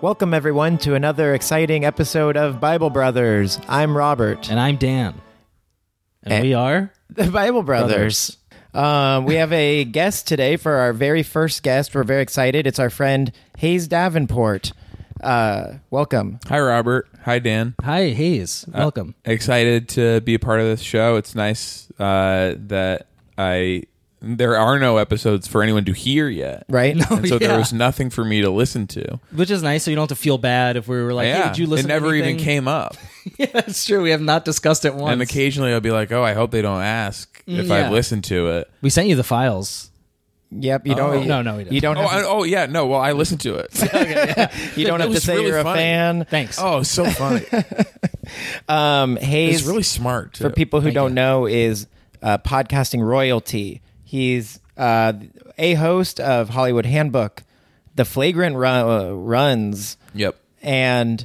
Welcome, everyone, to another exciting episode of Bible Brothers. I'm Robert. And I'm Dan. And, And- we are The Bible Brothers. Um, we have a guest today for our very first guest. We're very excited. It's our friend Hayes Davenport. Uh, welcome. Hi, Robert. Hi, Dan. Hi Hayes. Welcome. Excited to be a part of this show. It's nice uh, that I there are no episodes for anyone to hear yet, Right? And so Oh, yeah. there was nothing for me to listen to. Which is nice, so you don't have to feel bad if we were like, hey, yeah, did you listen it to never even anything? came up. yeah, that's true. We have not discussed it once. And occasionally I'll be like, "Oh, I hope they don't ask if Mm, yeah. I've listened to it." we sent you the files. Yep. You don't. Oh. No, no, we didn't. You don't. Oh, I, Have, oh yeah, no. Well, I listened to it. you don't have to it Oh, was say really you're funny. a fan. Thanks. oh, so funny. Um, Hayes. He's really smart too. for people who don't know, is uh, podcasting royalty. He's uh, a host of Hollywood Handbook, The Flagrant Ru- uh, Runs, Yep. and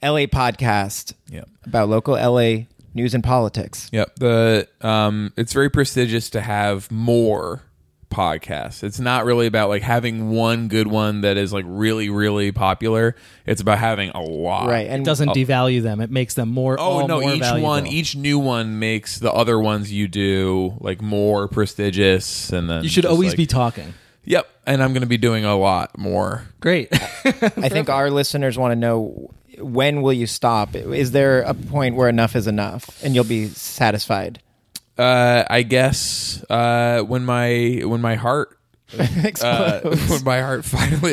LA Podcast Yep. about local LA news and politics. Yep. The um, it's very prestigious to have more podcasts. It's not really about like having one good one that is like really really popular. It's about having a lot. Right, and It doesn't devalue them. It makes them more Oh all no, more each valuable. one each new one makes the other ones you do like more prestigious and then You should just, always like- be talking. Yep, and I'm going to be doing a lot more. Great. I think our listeners want to know when will you stop? Is there a point where enough is enough and you'll be satisfied? Uh I guess uh when my when my heart uh, when my heart finally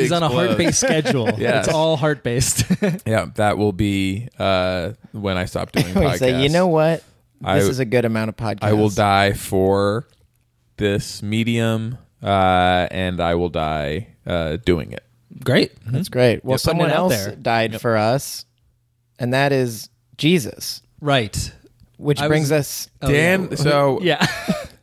He's on a explodes. heart based schedule. Yes. It's all heart based. Yeah, that will be uh, when I stop doing We podcasts. say, you know what? This I- is a good amount of podcasts. I will die for this medium, uh, and I will die uh, doing it. Great. That's great. Well, You're putting it someone out else there. died for us, and that is Jesus, Right. which I was- brings us. Dan, so Oh, Yeah.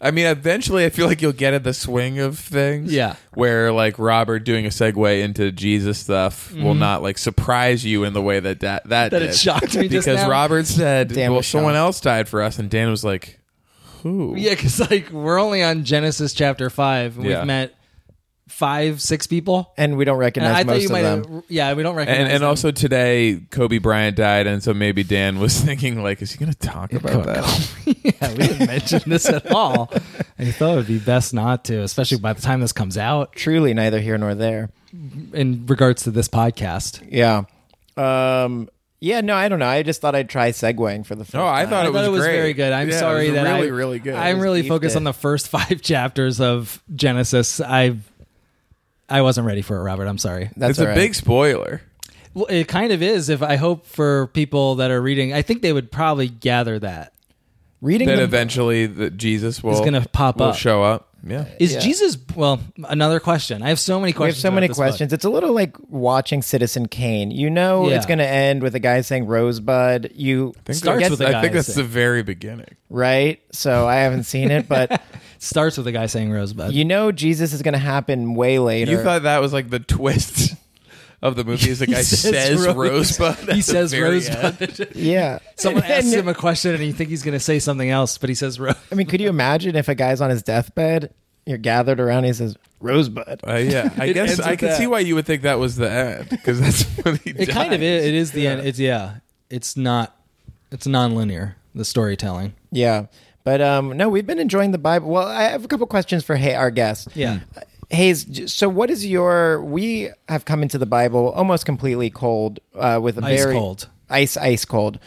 I mean, eventually, I feel like you'll get at the swing of things. Yeah. where like Robert doing a segue into Jesus stuff will not like surprise you in the way that that that, Mm-hmm. That it did. shocked me just because now. Robert said, Dan "Well, was shocked. someone else died for us," and Dan was like, "Who?" Yeah, because like we're only on Genesis chapter five. And Yeah. We've met five, six people. And we don't And recognize I thought most you of might. them. have Yeah, we don't recognize. And, and them. also today, Kobe Bryant died, and so maybe Dan was thinking, like, is he going to talk about that? yeah, we didn't mention this at all. I thought it would be best not to, especially by the time this comes out. Truly, neither here nor there. In regards to this podcast, Yeah. Um. Yeah. No, I don't know. I just thought I'd try segueing for the first. Oh, I thought I it was thought it was great. very good. I'm Yeah, it sorry was that really, I, really good. I'm was really beefed focused it. on the first five chapters of Genesis. I I wasn't ready for it, Robert. I'm sorry. That's it's a all right. big spoiler. Well, it kind of is. If I hope for people that are reading, I think they would probably gather that. reading. Then the- eventually, the Jesus will gonna pop will up. show up. Yeah, Is Yeah. Jesus well? Another question. I have so many we have questions. so many about this book. questions. It's a little like watching Citizen Kane. You know, Yeah. it's going to end with a guy saying "Rosebud." You Starts Yes, with a I guy think that's saying- the very beginning. right. So I haven't seen it, but Starts with a guy saying "Rosebud." you know, Jesus is going to happen way later. You thought that was like the twist of the movie. Is the guy says says, Rose- Rosebud? he at the says very end. "Rosebud." yeah. Someone And- asks him a question, and you think he's going to say something else, but he says "Rose." I mean, could you imagine if a guy's on his deathbed, you're gathered around, he says, Rosebud. Uh, yeah, I It guess ends I with can that. see why you would think that was the end because that's what he. It kind of is. It is the end. It's yeah. It's not. It's non-linear. The storytelling. Yeah. But um, no, we've been enjoying the Bible. Well, I have a couple questions for Hay, our guest. Uh, Yeah. Hmm. Hayes, j- so what is your. We have come into the Bible almost completely cold uh, with a Ice very. cold. Ice, ice cold.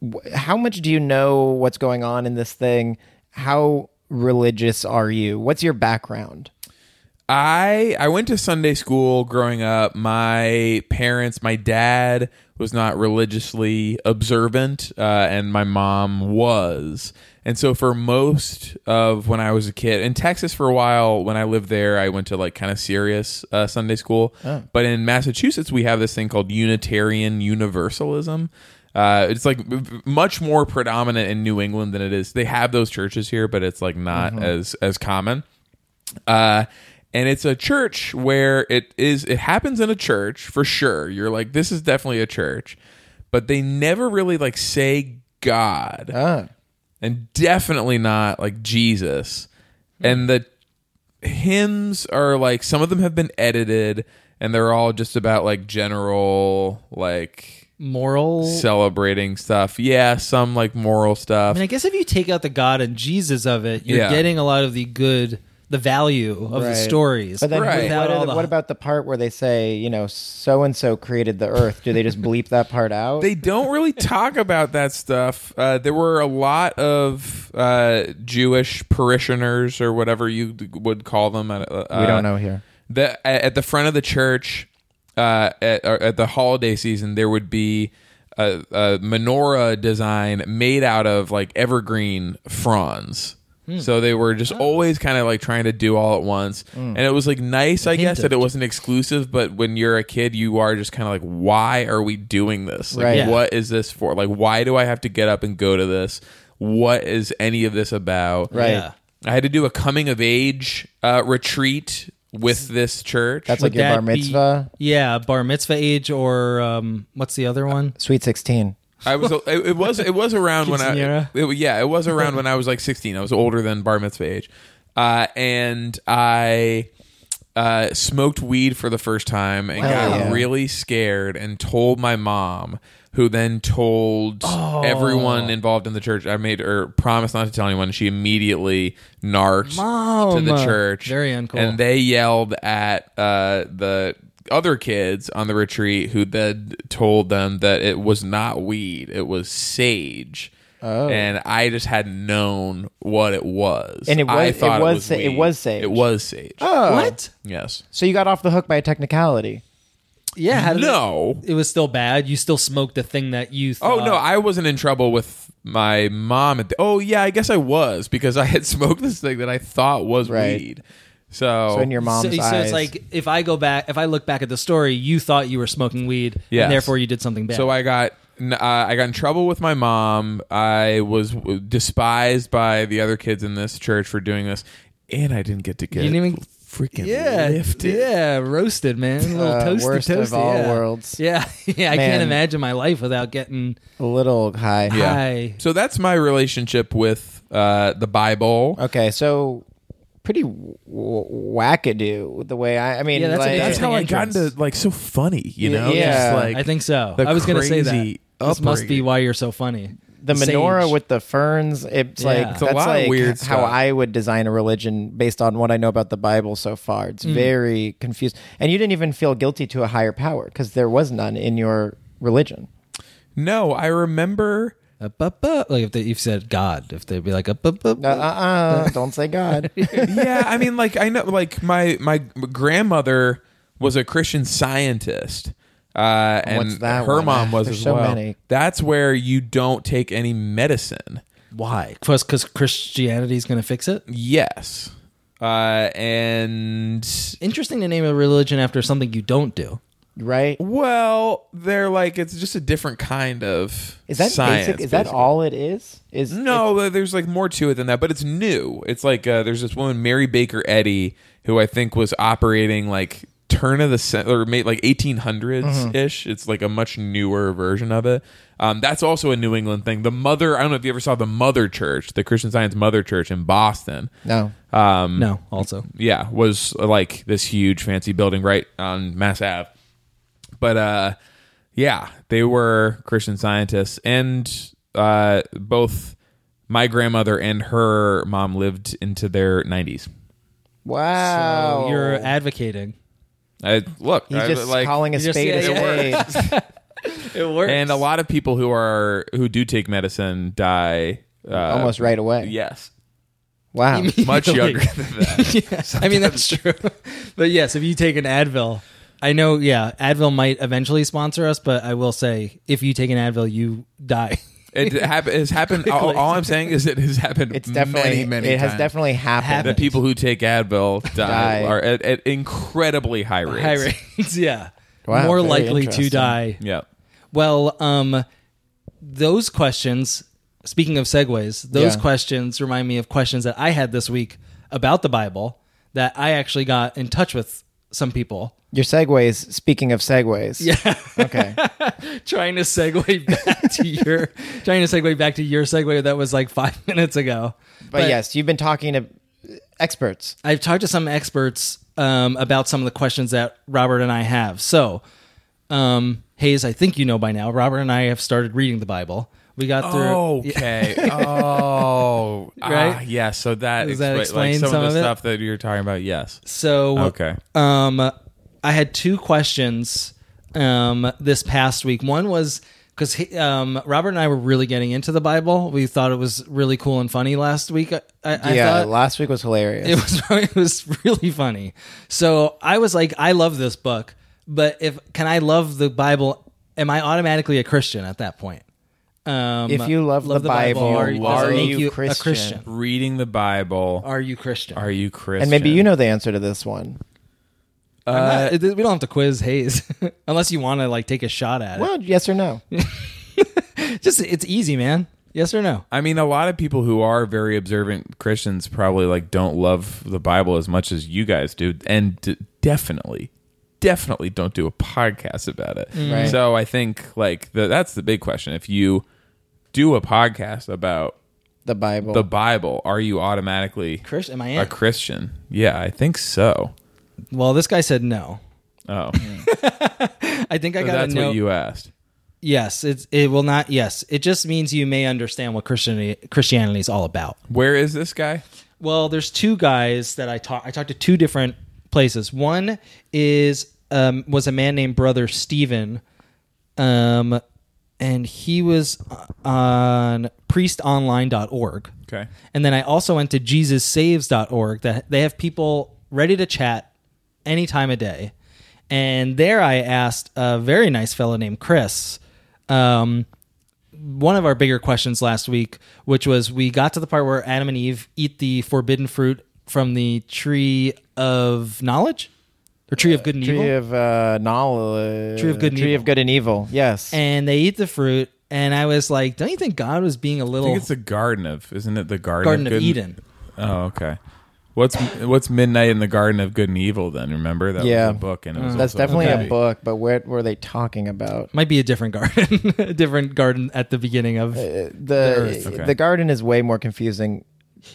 Wh- How much do you know what's going on in this thing? How religious are you? What's your background? I I went to Sunday school growing up. My parents, my dad was not religiously observant, uh, and my mom was. And so for most of when I was a kid in Texas for a while, when I lived there, I went to like kind of serious uh, Sunday school. But in Massachusetts, we have this thing called Unitarian Universalism. Uh, it's like v- v- much more predominant in New England than it is. They have those churches here, but it's like not as as common uh, and it's a church where it is it happens in a church for sure you're like this is definitely a church but they never really like say god and definitely not like jesus and the hymns are like some of them have been edited and they're all just about like general like Moral. celebrating stuff. Yeah, some like moral I stuff. mean, I guess if you take out the God and Jesus of it, you're Yeah. getting a lot of the good, the value of the Right. stories. But then Right. without what, are all the- the- what about the part where they say, you know, so and so created the earth? Do they just bleep that part out? they don't really talk about that stuff. Uh, there were a lot of uh, Jewish parishioners or whatever you d- would call them. At, uh, we don't know here. the at at the front of the church uh, at, or at the holiday season there would be a, a menorah design made out of like evergreen fronds Hmm. so they were Oh. just always kind of like trying to do all at once Hmm. and it was like nice i guess of that it wasn't exclusive but when you're a kid you are just kind of like why are we doing this like Right. Yeah. what is this for like why do i have to get up and go to this what is any of this about Right. Yeah. I had to do a coming of age uh, retreat with this church. That's like your bar Would that be- mitzvah, yeah, bar mitzvah age, or um, what's the other one? sweet sixteen. I was. It, it was. It was around when I. Quinceañera. it- yeah, it was around when I was like 16. I was older than bar mitzvah age, uh, and I uh, smoked weed for the first time and got Wow. really scared and told my mom. Who then told Oh. everyone involved in the church? I made her promise not to tell anyone. She immediately narked to the Mom. church. Very uncool. And they yelled at uh, the other kids on the retreat who then told them that it was not weed, it was sage. Oh. And I just hadn't known what it was. And it was- I it thought was sa- it weed. was sage. It was sage. Oh. What? Yes. So you got off the hook by a technicality. Yeah, how did No. it, it was still bad. You still smoked the thing that you. Thought, Oh no, I wasn't in trouble with my mom. At the, oh yeah, I guess I was because I had smoked this thing that I thought was Right. weed. Oh. So, So in your mom's so, so eyes, it's like if I go back, if I look back at the story, you thought you were smoking weed, Yes. and therefore you did something bad. So I got n- uh, I got in trouble with my mom. I was w- despised by the other kids in this church for doing this, and I didn't get to get You didn't even- freaking yeah, lifted. yeah, roasted man, a little Uh, toasty, worst of toasty, all yeah. worlds. Yeah, yeah, I Man. can't imagine my life without getting a little high. Yeah. high. So that's my relationship with uh, the Bible. Okay, so pretty w- w- wackadoo the way I. I mean, Yeah, that's a- like, That's interesting how I got entrance. into like so funny, you know? Yeah. Just, like, I think so. the I was going to say that. crazy This must be upbringing. why you're so funny. the menorah Sage. with the ferns. It's Yeah. like It's a that's lot of like weird how stuff. I would design a religion based on what I know about the Bible so far. It's Mm. very confused, and you didn't even feel guilty to a higher power because there was none in your religion. No, I remember Up, up, up. Like if they, you've said God, if they'd be like up, up, up. Uh, uh, uh, don't say God. yeah, I mean, like I know, like my my grandmother was a Christian Scientist, uh, and What's that her one? mom was There's as so well. many. That's where you don't take any medicine. Why? Because Christianity is going to fix it. Yes, uh, and Interesting to name a religion after something you don't do. right? well, they're like it's just a different kind of Is that science, basic? Is that basically. all it is? Is No, th- there's like more to it than that, but it's new. It's like uh, there's this woman, Mary Baker Eddy, who I think was operating like turn of the cent- or made like 1800s ish. It's like a much newer version of it. Um, that's also a New England thing. The mother, I don't know if you ever saw the Mother Church, the Christian Science Mother Church in Boston. no. Um, No, also. yeah, was uh, like this huge fancy building right on Mass Ave. But uh yeah, they were Christian scientists and uh both my grandmother and her mom lived into their 90s. Wow. So you're advocating. I look, He's I- just like calling a You just- spade a yeah, spade. yeah. It works. and uh, a lot of people who are who do take medicine die uh, Almost right away. Yes. Wow. Much Really? younger than that. I mean, that's true. but yes, if you take an Advil, I know, yeah, Advil might eventually sponsor us, but I will say if you take an Advil, you die. It hap- has happened. All, all I'm saying is it has happened It's definitely many, many it has times. definitely happened. the people who take Advil die, Die. are at, at incredibly high rates. High rates, yeah. Wow, More very likely to interesting. die. Yeah. Well, um, those questions, speaking of segues, those Yeah. questions remind me of questions that I had this week about the Bible that I actually got in touch with some people Your segues, speaking of segues. Yeah. Okay. trying to segue back to your trying to segue back to your segue that was like five minutes ago. But, yes, you've been talking to experts. I've talked to some experts um, about some of the questions that Robert and I have. So, um, Hayes, I think you know by now, Robert and I have started reading the Bible. We got through. Okay. oh, right. Right? yeah. So that, Does that expla- explain like some, some of of the it? stuff that you're talking about. Yes. So Okay. um, I had two questions um this past week. One was because um Robert and I were really getting into the Bible. We thought it was really cool and funny last week. I, I, I yeah, thought. last week was hilarious. It was it was really funny. So I was like, I love this book, but if can I love the Bible? Am I automatically a Christian at that point? Um, If you love the Bible, are, does are it make you you a Christian? Christian? Reading the Bible. Are you Christian? Are you Christian? Uh, and maybe you know the answer to this one. I'm not- Uh, it- we don't have to quiz Hayes unless you want to like take a shot at Well, yes or no? it. Just it's easy, man. Yes or no? I mean, a lot of people who are very observant Christians probably like don't love the Bible as much as you guys do, and d- definitely, definitely don't do a podcast about it. Right. So I think like the, that's the big question. If you do a podcast about The Bible. the Bible, are you automatically Christian? Am I a in? Christian? Yeah, I think so. well, this guy said no. Oh, I think I So got that's a no. what you asked. yes, it's it will not. Yes, it just means you may understand what Christianity Christianity is all about. Where is this guy? Well, there's two guys that I talked. I talked to two different places. One is um, was a man named Brother Stephen, um, and he was uh, on priestonline.org. Okay. And then I also went to jesussaves.org. That they have people ready to chat any time of day. And there I asked a very nice fellow named Chris. Um, one of our bigger questions last week, which was we got to the part where Adam and Eve eat the forbidden fruit from the tree of knowledge or tree of good and Tree evil. of uh, knowledge. Tree of good and Tree evil. of good and evil. Yes. and they eat the fruit. And I was like, don't you think God was being a I think little it's the Garden of, isn't it the Garden, Garden of, of Good- Eden? Oh, okay. What's what's midnight in the Garden of Good and Evil? Then remember that Yeah. was a book, and it was That's also definitely okay. a book, but what were they talking about? Might be a different garden, a different garden at the beginning of. The earth. the, Okay. garden is way more confusing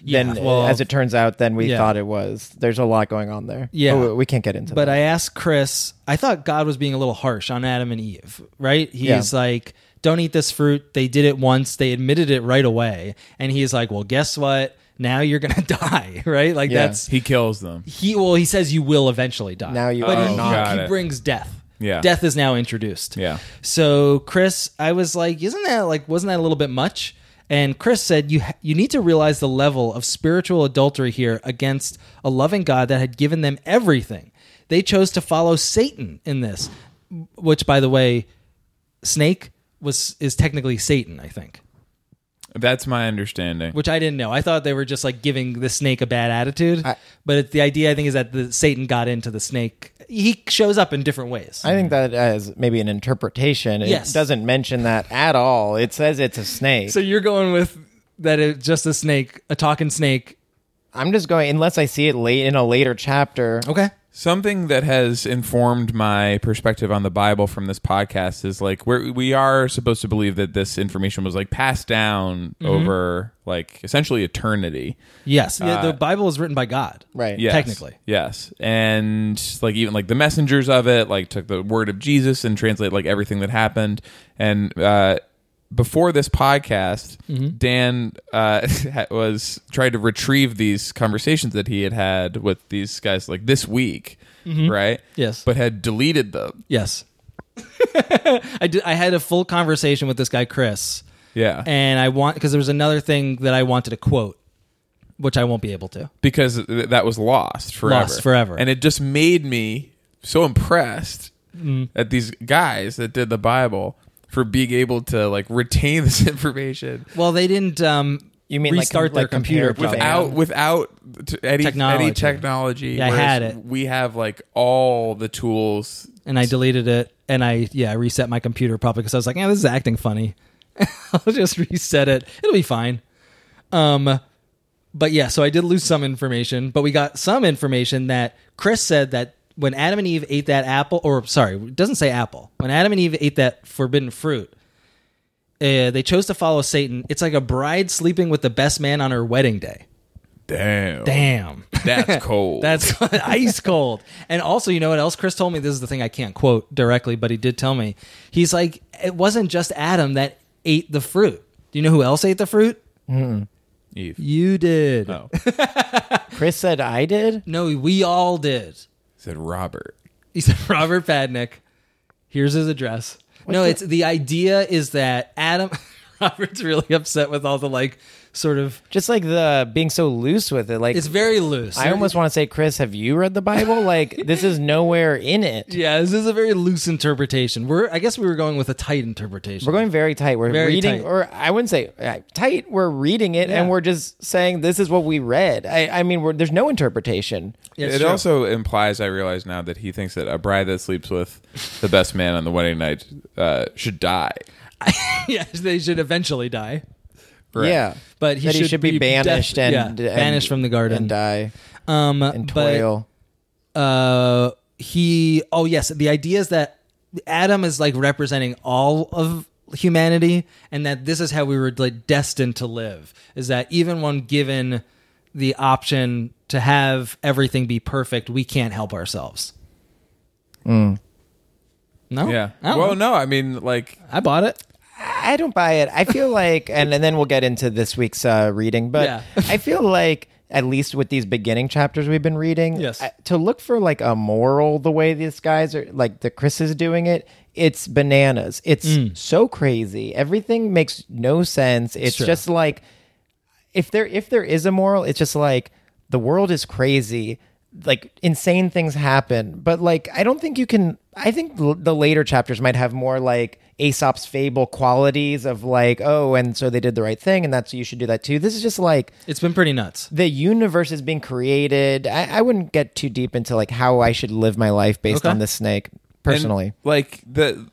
Yeah, than well, as it turns out than we yeah. thought it was. There's a lot going on there. Yeah. But we- we can't get into. but that. I asked Chris, I thought God was being a little harsh on Adam and Eve, right? He's Yeah. like, don't eat this fruit. They did it once, they admitted it right away. And he's like, well, guess what? Now you're going to die, right? Like, Yeah. that's He kills them. he, well, he says you will eventually die. Now you but are he, not. Got he it. brings death. Yeah. Death is now introduced. Yeah. So Chris, I was like, isn't that like wasn't that a little bit much? And Chris said you ha- you need to realize the level of spiritual adultery here against a loving God that had given them everything. They chose to follow Satan in this, which by the way, snake was is technically Satan, I think. That's my understanding. Which I didn't know. I thought they were just like giving the snake a bad attitude, I- but it, the idea I think is that the Satan got into the snake. He shows up in different ways. I think that as maybe an interpretation. It Yes. doesn't mention that at all. It says it's a snake. So you're going with that it's just a snake, a talking snake. I'm just going unless I see it late in a later chapter. Okay. Something that has informed my perspective on the Bible from this podcast is like we're, we are supposed to believe that this information was like passed down over like essentially eternity. Yes. yeah, the Bible is written by God. Right. Yes. Technically. Yes. And like even like the messengers of it like took the word of Jesus and translate like everything that happened and uh before this podcast, Mm-hmm. Dan uh, was trying to retrieve these conversations that he had had with these guys like this week, right? Mm-hmm. Yes. But had deleted them. Yes. I did, I had a full conversation with this guy Chris, Yeah. and I want because there was another thing that I wanted to quote, which I won't be able to. because th- that was lost forever. Lost forever. And it just made me so impressed Mm. at these guys that did the Bible for being able to like retain this information Well, they didn't. Um, You mean, like, restart com- their like computer? computer problem. program. without without t- any technology. Technology. any technology. Yeah, I whereas had it. We have like all the tools. and I deleted it, and I yeah I reset my computer probably because I was like, yeah, this is acting funny. I'll just reset it; it'll be fine. Um, but yeah, so I did lose some information, but we got some information that Chris said that when Adam and Eve ate that apple, or sorry, it doesn't say apple. When Adam and Eve ate that forbidden fruit, eh, uh, they chose to follow Satan. It's like a bride sleeping with the best man on her wedding day. Damn. Damn. That's cold. That's ice cold. And also, you know what else? Chris told me this is the thing I can't quote directly, but he did tell me. He's like, it wasn't just Adam that ate the fruit. Do you know who else ate the fruit? Eve. You did. Oh. Chris said I did. No, we all did. Said Robert. He said, Robert Padnick, here's his address. no, it's the idea is that Adam Robert's really upset with all the like sort of Just like the being so loose with it. Like it's very loose. I almost want to say, Chris, have you read the Bible? Like this is nowhere in it. yeah, this is a very loose interpretation. We're I guess we were going with a tight interpretation. We're going very tight. We're Very reading, tight. or I wouldn't say uh, tight. We're reading it, and we're just saying this is what we read. I, I mean, we're, there's no interpretation. Yeah, it sure. also implies, I realize now, that he thinks that a bride that sleeps with the best man on the wedding night uh, should die. yeah, they should eventually die. Right. Yeah, But he That should, be, banished def- and, yeah, and- banished from the garden. and die um, and but, toil. uh, he oh yes the idea is that adam is like representing all of humanity and that this is how we were like destined to live is that even when given the option to have everything be perfect we can't help ourselves Mm. no Yeah. I don't Well, know. no, I mean, like, i bought it I don't buy it. I feel like, and, and then we'll get into this week's uh, reading, but Yeah. I feel like, at least with these beginning chapters we've been reading, Yes. I- to look for like a moral the way these guys are, like the Chris is doing it, it's bananas. It's Mm. so crazy. Everything makes no sense. It's true. just like, if there if there is a moral, it's just like the world is crazy. Like insane things happen, but like I don't think you can. I think l- the later chapters might have more like Aesop's fable qualities of like, oh, and so they did the right thing, and that's you should do that too. This is just like it's been pretty nuts the universe is being created. I, I wouldn't get too deep into like how I should live my life based Okay. on this snake and, personally. like the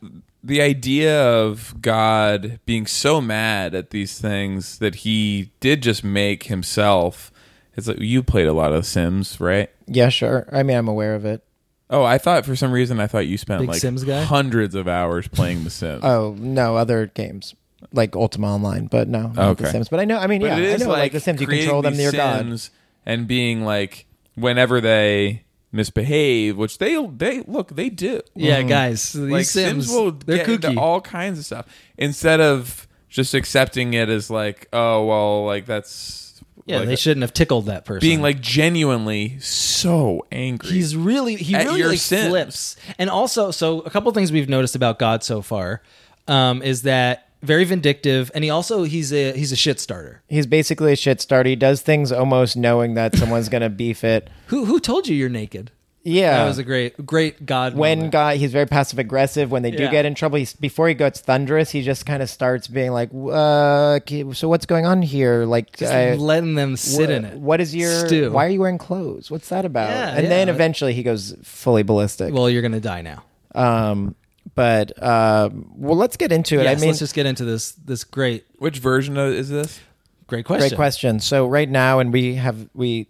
the idea of God being so mad at these things that he did just make himself. It's like you played a lot of Sims, right? yeah, sure. I mean, I'm aware of it. Oh, I thought for some reason I thought you spent Big like Sims guy? hundreds of hours playing The Sims. Oh no, other games like Ultima Online, but no, not The Okay. Sims. But I know. I mean, But yeah, it I is know. Like, The Sims, you control them. They're creating these your god. Sims and being like whenever they misbehave, which they they look they do. yeah Mm-hmm. guys these Mm. like sims, Sims, will they're get kooky into all kinds of stuff instead of just accepting it as like oh well like that's yeah like, they shouldn't have tickled that person being like genuinely so angry. He's really he At really your like, sins. flips. And also, so a couple things we've noticed about God so far um, is that very vindictive, and he also he's a he's a shit starter. He's basically a shit starter. He does things almost knowing that someone's gonna beef it. Who who told you you're naked? Yeah. That was a great great God. Uh, when moment. God, he's very passive aggressive. When they do Yeah. get in trouble, he's, before he gets thunderous, he just kind of starts being like, uh, okay, "So what's going on here? Like, Just I- letting them sit wh- in it. What is your? stew? Why are you wearing clothes? What's that about?" Yeah, and yeah. then eventually he goes fully ballistic. well, you're gonna die now. um, but um, well, let's get into it. Yes, I mean, let's just get into this this great Which version of, is this? great Great question. question. So right now, and we have we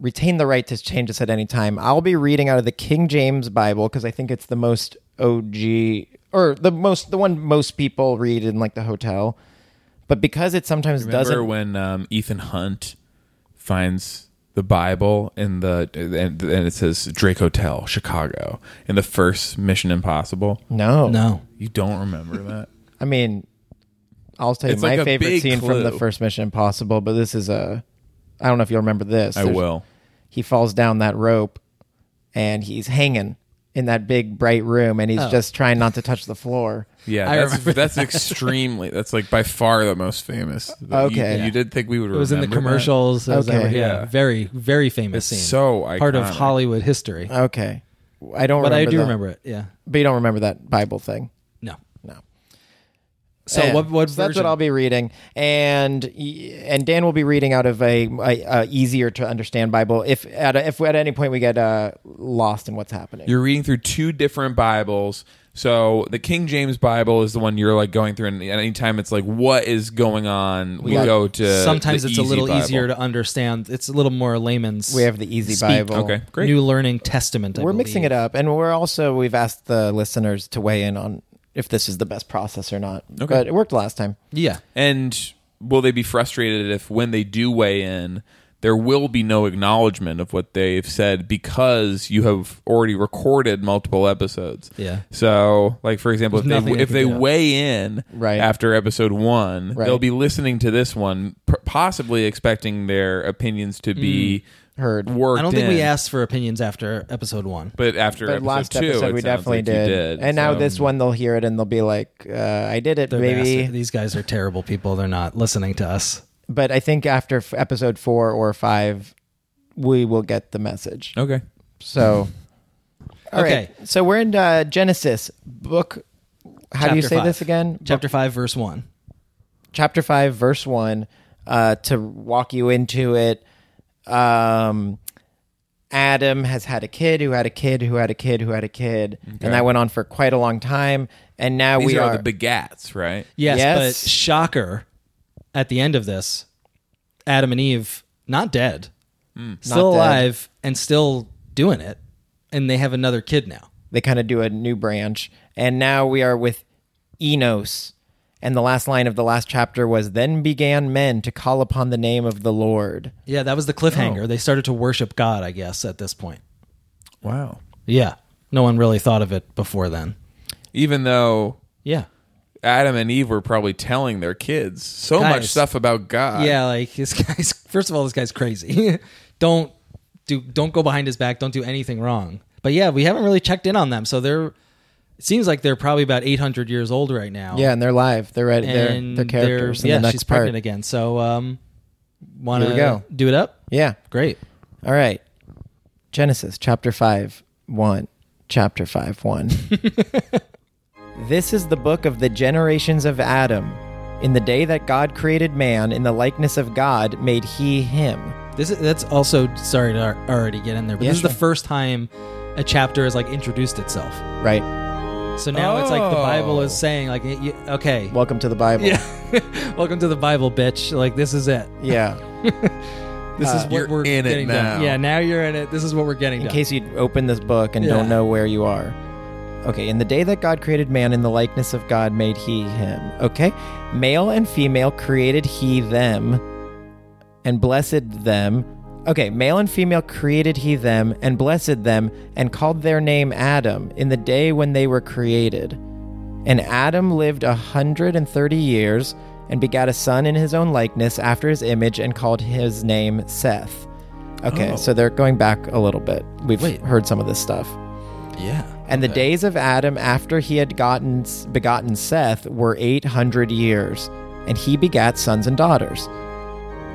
retain the right to change this at any time. I'll be reading out of the King James Bible because I think it's the most OG or the most the one most people read in like the hotel. But because it sometimes Remember doesn't, when um, Ethan Hunt finds the Bible in the and, and it says Drake Hotel, Chicago, in the first Mission Impossible? no, No, You don't remember that? I mean, I'll tell you It's my like a favorite big scene from the clue. first Mission Impossible. But this is a, I don't know if you'll remember this. I There's- will. he falls down that rope and he's hanging in that big bright room and he's Oh. just trying not to touch the floor. Yeah, I that's, remember that's extremely. That's like by far the most famous. You- Okay. you, did think we would. it was in the commercials. It was Okay. everywhere. yeah. Yeah. very very famous scene. so part of iconic. Hollywood history. Okay. I don't but remember I do that. remember it. Yeah. But you don't remember that Bible thing. No. No. So Yeah. what what So version? that's what I'll be reading, and and Dan will be reading out of a, a, a easier to understand Bible. If at a, if at any point we get uh, lost in what's happening, You're reading through two different Bibles. So the King James Bible is the one you're like going through, and at any time it's like, what is going on? We got- go to. sometimes the it's a easy little Bible. easier to understand. It's a little more layman's. we have the easy Speak. Bible. Okay, great. New Learning Testament. I we're mixing it believe. up, and we're also we've asked the listeners to weigh in on if this is the best process or not. Okay. But it worked last time. Yeah, And will they be frustrated if, when they do weigh in, there will be no acknowledgement of what they've said because you have already recorded multiple episodes. Yeah. So, like for example, There's if nothing they, they if can they do. weigh in Right. after episode one, Right. they'll be listening to this one, p- possibly expecting their opinions to be Heard. Worked. I don't think we in. asked for opinions after episode one. But after But episode last two, episode it we sounds definitely like you did. and now So- this one they'll hear it and they'll be like, uh, "I did it, They're baby." bastard- These guys are terrible people. They're not listening to us. But I think after f- episode four or five, we will get the message. Okay. So, all right. Okay. So we're in uh, Genesis book. How do you Chapter say five. this again? Book- Chapter five, verse one. chapter 5 verse 1 uh, to walk you into it um, adam has had a kid who had a kid who had a kid who had a kid and that went on for quite a long time and now These we are, are, the begats, right? Yes, Yes. but shocker, at the end of this, Adam and Eve not dead, Hmm. Not still dead. alive and still doing it, and they have another kid now. they kind of do a new branch and now we are with enos and the last line of the last chapter was then began men to call upon the name of the lord Yeah, that was the Oh. cliffhanger. They started to worship God, I guess, at this point. Wow. Yeah, no one really thought of it before then. Even though Yeah, Adam and Eve were probably telling their kids so much Guys. stuff about God. yeah, like this guy's. First of all, this guy's crazy. don't do don't go behind his back. Don't do anything wrong. But yeah, we haven't really checked in on them, so they're. It seems like they're probably about 800 years old right now. yeah and they're live they're ready they're, and they're characters they're- in yeah, the next she's part pregnant again. So, um, want Here we go. to do it up? yeah Great. All right. Genesis chapter 5, 1. Chapter 5, 1. this is the book of the generations of Adam. In the day that God created man, in the likeness of God made he him. This is, that's also sorry to ar- already get in there, but Yeah, this is sure. the first time a chapter has like introduced itself. Right. So now it's like the Bible is Oh. saying like, y- y- okay, Welcome to the Bible. yeah, welcome to the Bible, bitch. Like this is it. Yeah. This is Uh, what you're we're in it getting done. now. Yeah, now you're in it. This is what we're getting In done. case you open this book and don't Yeah. know where you are. Okay. In the day that God created man, in the likeness of God made he him. Okay. Male and female created he them. and blessed them. Okay, male and female created he them and blessed them and called their name Adam in the day when they were created. And Adam lived a hundred and thirty years and begat a son in his own likeness after his image and called his name Seth. Okay, Oh. so they're going back a little bit. We've Wait. heard some of this stuff. Yeah. And the days of Adam after he had gotten begotten Seth were 800 years, and he begat sons and daughters.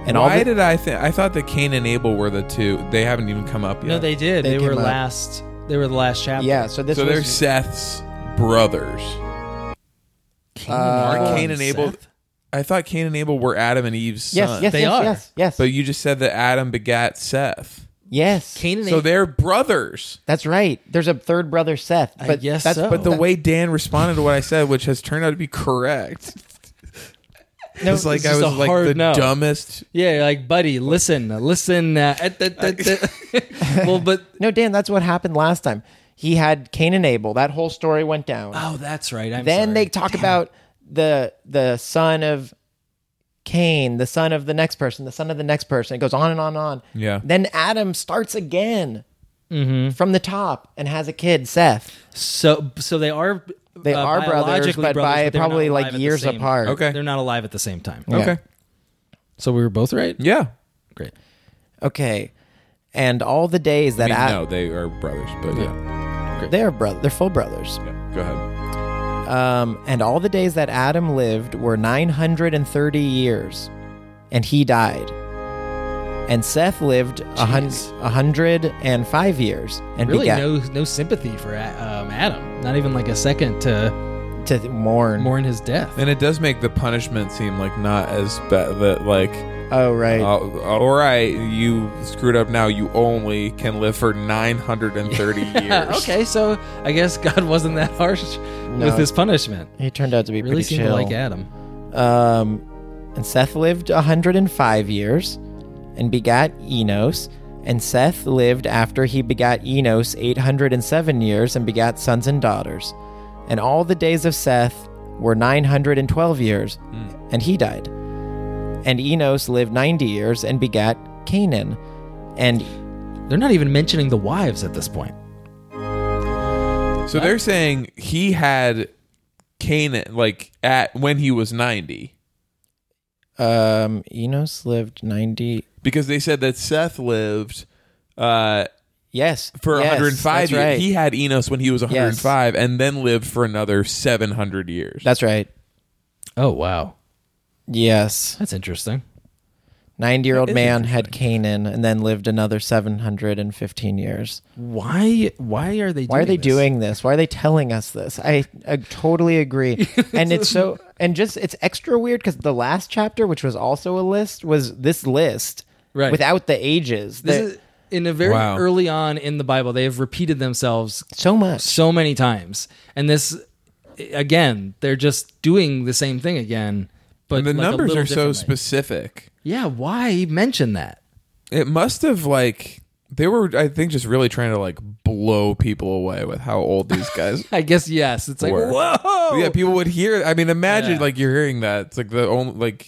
And all Why the- did I think I thought that Cain and Abel were the two? They haven't even come up yet. No, they did. They They, were came up. last. They were the last chapter. Yeah, so this so was they're Seth's brothers. Cain Uh, and Cain and Abel. Um, Seth. I thought Cain and Abel were Adam and Eve's yes, sons. yes, They yes, are. yes, yes, But you just said that Adam begat Seth. yes. Cain and So Abel. they're brothers. that's right. There's a third brother, Seth. But guess that's, so. But But the the way Dan responded to what I said, which has turned out to be correct, no, it's like it's I just was a like hard the no. dumbest. Yeah, you're like buddy, listen, listen. Uh, et- et- et- et- well, but no, Dan. That's what happened last time. He had Cain and Abel. That whole story went down. oh, that's right. I'm then sorry. they talk about the the son of Cain, the son of the next person, the son of the next person. It goes on and on and on. Yeah. Then Adam starts again from the top and has a kid, Seth. so so they are They uh, are brothers, biologically but by they're not probably alive like at the years same- apart. Okay. They're not alive at the same time. Yeah. Okay. So we were both right. Yeah. Great. Okay. And all the days that I mean, Ad- no, they are brothers, but yeah. they're brother, they're full brothers. yeah. Go ahead. Um, and all the days that Adam lived were 930 years, and he died. And Seth lived a hun- Jeez. 105 years and Really, begat no no sympathy for A- um, Adam. Not even like a second to to mourn. mourn his death. And it does make the punishment seem like not as bad. That like, Oh, right. uh, all right, you screwed up. Now you only can live for nine hundred and thirty Yeah, years. okay, so I guess God wasn't that harsh No. with his punishment. he turned out to be Really pretty seemed chill. to like Adam. Um, and Seth lived 105 years and begat Enos. And Seth lived after he begat Enos 807 years and begat sons and daughters. And all the days of Seth were Hmm. 912 years, and he died. And Enos lived 90 years and begat Canaan. And They're not even mentioning the wives at this point. So they're saying he had Canaan like at when he was 90 um, Enos lived 90. because they said that Seth lived uh Yes. for yes, 105 that's years. Right. He had Enos when he was 105 and then lived for another 700 years. that's right. Oh wow, Yes. that's interesting. 90 year old is man had Canaan and then lived another 715 years. Why? Why are they? Why are they this? doing this? Why are they telling us this? I, I totally agree. and it's so, and just, it's extra weird because the last chapter, which was also a list, was this list Right. without the ages. This That- is in a very Wow. early on in the Bible. They have repeated themselves so much. so many times, and this again, they're just doing the same thing again. But the like, a numbers little are so differently. specific. Yeah, why mention that? It must have like they were I think just really trying to like blow people away with how old these guys I guess yes. It's like were. whoa, Yeah, people would hear I mean imagine Yeah. like you're hearing that. It's like the only like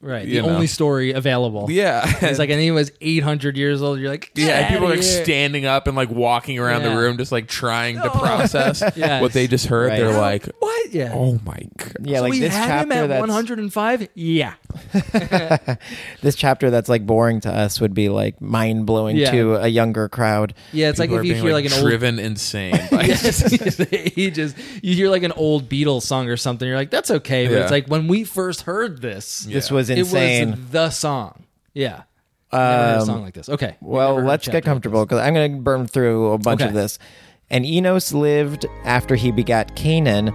right? The you know. only story available. yeah. It's like, and he was 800 years old. You're like, Yeah, "Get and people outta are here." standing up and like walking around Yeah. the room, just like trying to process Yes. what they just heard. Right. They're like, What? Yeah. "Oh my god!" Yeah, So like we this had him chapter at that's 105. Yeah, this chapter that's like boring to us would be like mind blowing Yeah. to a younger crowd. yeah. It's People like are if you being, hear like, an old. driven insane. by- he just you hear like an old Beatles song or something. You're like, that's okay, but Yeah. it's like when we first heard this, This Yeah. was it was insane. Um, the song. Yeah, never heard a song like this. Okay, We well, never heard a let's chapter get like comfortable because I'm going to burn through a bunch Okay. of this. And Enos lived after he begat Canaan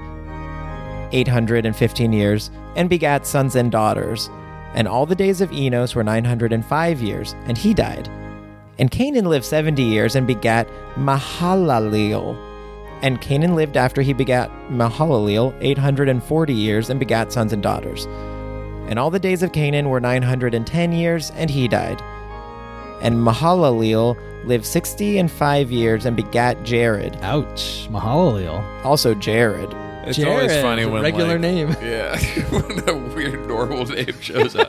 815 years and begat sons and daughters. And all the days of Enos were 905 years, and he died. And Canaan lived 70 years and begat Mahalaleel. And Canaan lived after he begat Mahalaleel 840 years and begat sons and daughters. And all the days of Canaan were 910 years, and he died. And Mahalaleel lived 60 and 5 years and begat Jared, this. Ouch, Mahalaleel. also Jared. it's always Jared, funny it's a when regular like, name, yeah, when a weird normal name shows up.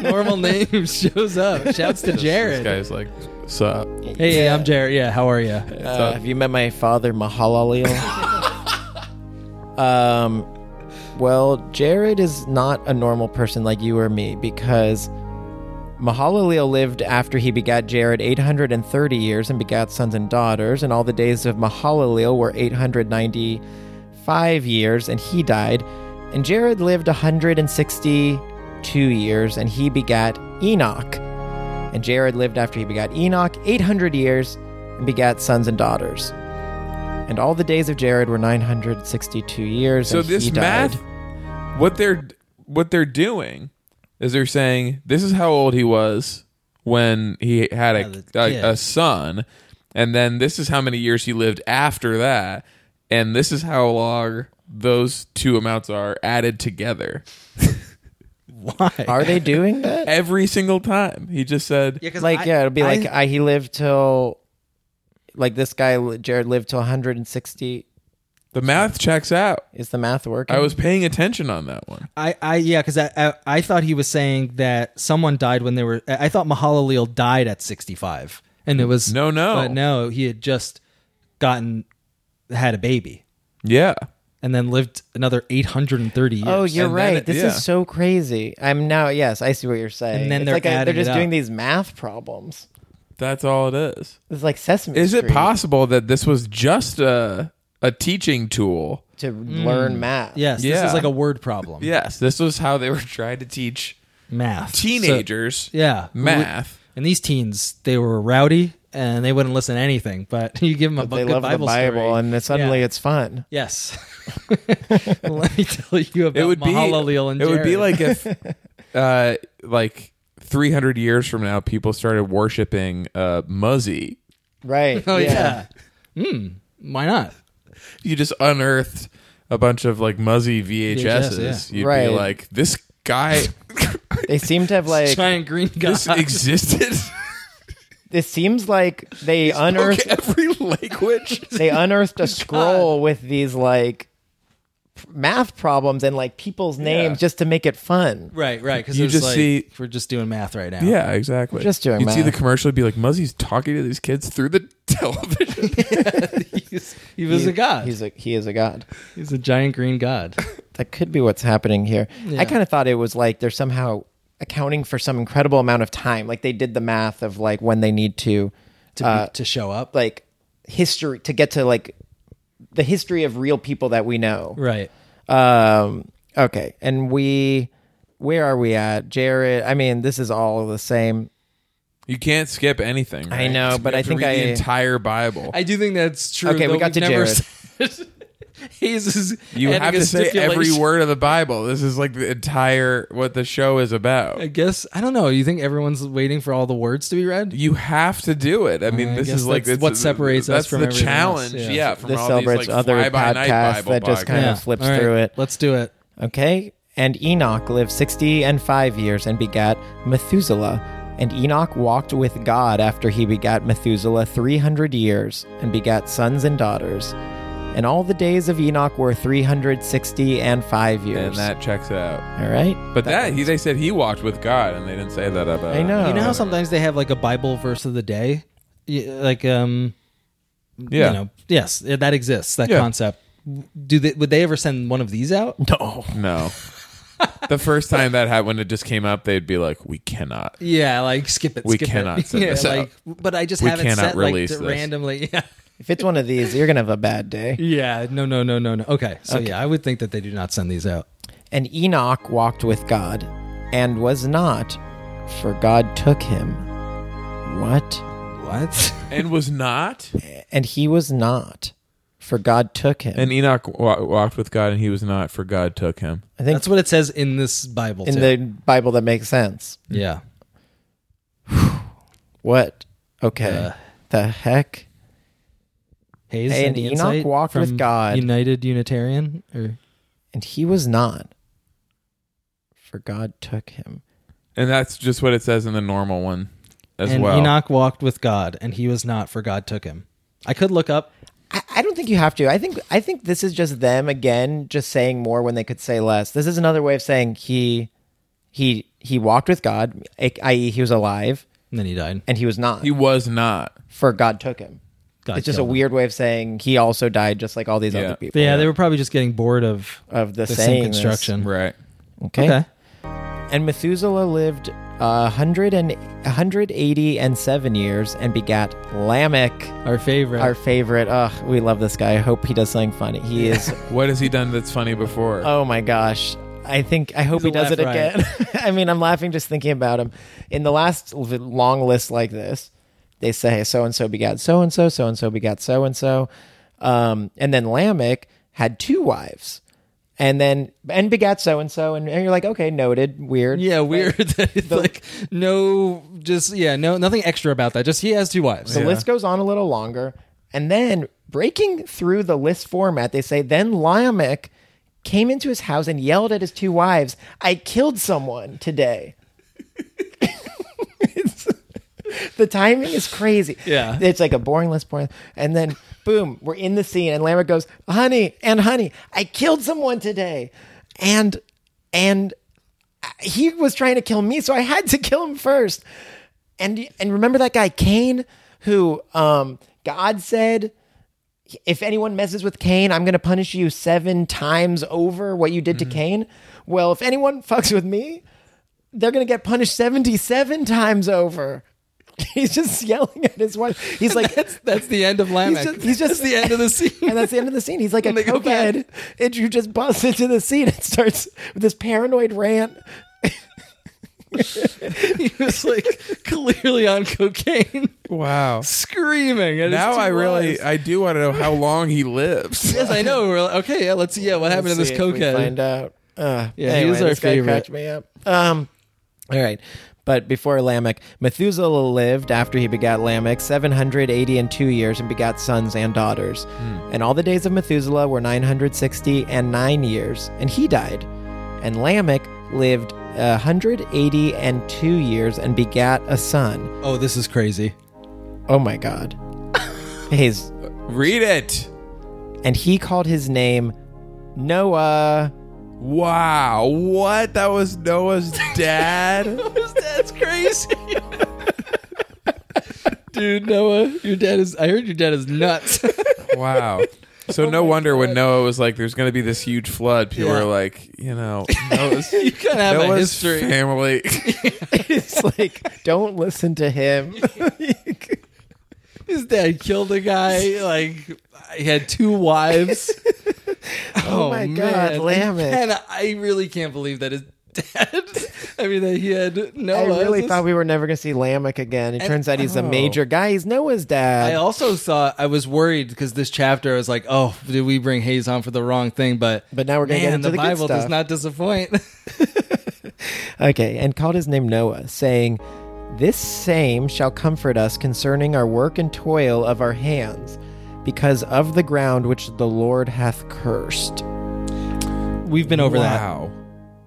normal name shows up. Shouts to This Jared. guy's like, "Sup?" Hey, I'm Jared. Yeah, how are you? Uh, have you met my father, Mahalaleel? um, well, Jared is not a normal person like you or me because Mahalaleel lived after he begat Jared 830 years and begat sons and daughters, and all the days of Mahalaleel were 895 years, and he died. And Jared lived 162 years, and he begat Enoch. And Jared lived after he begat Enoch 800 years and begat sons and daughters. And all the days of Jared were 962 years. So and this he died. math, what they're what they're doing is they're saying this is how old he was when he had a the kid. a, a son, and then this is how many years he lived after that, and this is how long those two amounts are added together Why? Are they doing that? every single time. He just said, Yeah, 'cause like, I- yeah, it'll be I- like I, he lived till, like this guy Jared lived till 160. "The math checks out." Is the math working? I was paying attention on that one. I, I yeah, because I, I I thought he was saying that someone died when they were. I I thought Mahalaleel died at sixty five, and it was No, no. but no, he had just gotten had a baby Yeah, and then lived another eight hundred and thirty years. Oh, you're And then right. it- this yeah. is so crazy. I'm now. Yes, I see what you're saying. then It's they're like a- they're adding it just doing up. these math problems. that's all it is. It's like Sesame Is it Street possible that this was just a a teaching tool? to Mm. learn math? yes, this Yeah. is like a word problem. Yes, this was how they were trying to teach math. So- teenagers yeah, math. and these teens they were rowdy and they wouldn't listen to anything. But you give them a bu- they good love Bible, the Bible, story. and then suddenly Yeah. it's fun. yes. Let me tell you about it would be Mahalaleel and it would be Jared. like if uh, like 300 years from now people started worshiping uh, Muzzy. Right. Oh yeah. Hmm. Why not? You just unearthed a bunch of like Muzzy VHSs. VHS, You'd Right. be like, this guy They seem to have like. Giant green guy. this existed. It seems like they Look unearthed every language. they unearthed a scroll with these like math problems and like people's names just to make it fun. Right, right. Because You you just just like, see- we're just doing math right now. Yeah, exactly. Just doing You'd see math. the commercial, it'd be like, Muzzy's talking to these kids through the television. He's- he was a god. He's, He's a he is a god. a giant green god. That could be what's happening here. Yeah. I kind of thought it was like they're somehow accounting for some incredible amount of time. Like they did the math of like when they need to, uh, to, be, to show up. like history to get to like the history of real people that we know. right. Um, okay, and we, where are we at, Jared? I mean, this is all the same. you can't skip anything. right? know, You but have I to think read the I- entire Bible. I do think that's true. Okay, we though got to we've never said- Hayes is you adding have a to say every stipulation. word of the Bible. This is like the entire what the show is about. I guess I don't know. You think everyone's waiting for all the words to be read? You have to do us. I mean, I this guess is like that's it's- what separates us that's from the everything else, challenge. yeah. Yeah, from This all celebrates these, like, other fly-by-night podcasts Bible that just podcasts. kind of flips All through it. Let's do it. Okay, and Enoch lived sixty and five years and begat Methuselah. And Enoch walked with God after he begat Methuselah three hundred years and begat sons and daughters. And all the days of Enoch were three hundred sixty and five years. and that checks out. all right, But that, he, they said he walked with God, and they didn't say that about. I know. You Um, know how sometimes they have like a Bible verse of the day, Y- like um, Yeah, you know, yes, that exists. That Yeah. concept. Do they would they ever send one of these out? no. no. the first time that happened, when it just came up, they'd be like, "We cannot." Yeah, like skip it. We skip it. cannot send yeah, this like, But I just We have it cannot set like release to this. randomly. Yeah. If it's one of these, you're gonna have a bad day. Yeah. No. No. No. No. No. Okay. So yeah, I would think that they do not send these out. And Enoch walked with God and was not, for God took him. What? What? And was not. And he was not, for God took him. And Enoch wa- walked with God, and he was not, for God took him. I think That's what it says in this Bible. in too. the Bible that makes sense. yeah. What? Okay. Uh, the heck? Hayes And any Enoch insight walked with from God. United Unitarian or And he was not, for God took him. And that's just what it says in the normal one as and well. Enoch walked with God, and he was not, for God took him. I could look up. I, I don't think you have to. I think I think this is just them again, just saying more when they could say less. This is another way of saying he he he walked with God, i.e., he was alive And then he died. and he was not. he was not. for God took him. God it's just a killed him. weird way of saying he also died, just like all these Yeah. other people. Yeah, they were probably just getting bored of of the, the same saying this. construction. Right. Okay. Okay. And Methuselah lived uh, 100 and 180 and seven years and begat Lamech, Our favorite. our favorite. Ugh, we love this guy. I hope he does something funny. He is. What has he done that's funny before? oh my gosh. I think I hope He's he a does it laugh riot. again. I mean, I'm laughing just thinking about him. In the last l- long list like this, they say so and so begat so and so, so and so begat so and so, um, and then Lamech had two wives, and then and begat so and so, and you're like, okay, noted, weird. yeah, weird. that it's like no, just yeah, no, nothing extra about that. Just he has two wives. The list goes on a little longer. And then breaking through the list format, they say, then Lamech came into his house and yelled at his two wives, I killed someone today. It's- the timing is crazy. Yeah. It's like a boring list, boring. And then boom, we're in the scene and Lamech goes, honey, and honey, I killed someone today. And, and he was trying to kill me, so I had to kill him first. And and remember that guy Cain, who um, God said, if anyone messes with Cain, I'm going to punish you seven times over what you did Mm-hmm. to Cain. Well, if anyone fucks with me, they're going to get punished seventy-seven times over. He's just yelling at his wife. He's like, That's the end of Lamech. He's just- he's just- That's the end of the scene. and that's the end of the scene. He's like a they go back. cokehead, and you just bust into the scene and starts with this paranoid rant. he was like clearly on cocaine, wow. screaming. at his Now two I really, wives. I do want to know how long he lives. yes, I know. We're like, okay, yeah, let's see. Yeah, what happened to Let's this see if we cokehead? Find out. Uh, Yeah, he was our this guy favorite. cracked me up. Um, all right. But before Lamech, Methuselah lived after he begat Lamech 780 and two years and begat sons and daughters. Hmm. And all the days of Methuselah were 960 and nine years, and he died. And Lamech lived a 180 and two years and begat a son. Oh, this is crazy. Oh my God. His, Read it. and he called his name Noah. Wow, what? That was Noah's dad? That's Oh, crazy. Dude, Noah, your dad is. I heard your dad is nuts. wow. Oh So no wonder when Noah was like, "There's going to be this huge flood," people Yeah. were like, "You know, Noah's, you kind of have a Noah's history. family." it's like, don't listen to him. His dad killed a guy. Like he had two wives. oh, my God, Lamech. And I really can't believe that his dad. I mean, that he had Noah. I really This- thought we were never going to see Lamech again. It And- turns out he's a oh. major guy. He's Noah's dad. I also saw. I was worried because this chapter, I was like, "Oh, did we bring Hayes on for the wrong thing?" But But now we're gonna get man, into the the good Bible does stuff. not disappoint. Okay, and called his name Noah, saying, This same shall comfort us concerning our work and toil of our hands, because of the ground which the Lord hath cursed. We've been over that. wow,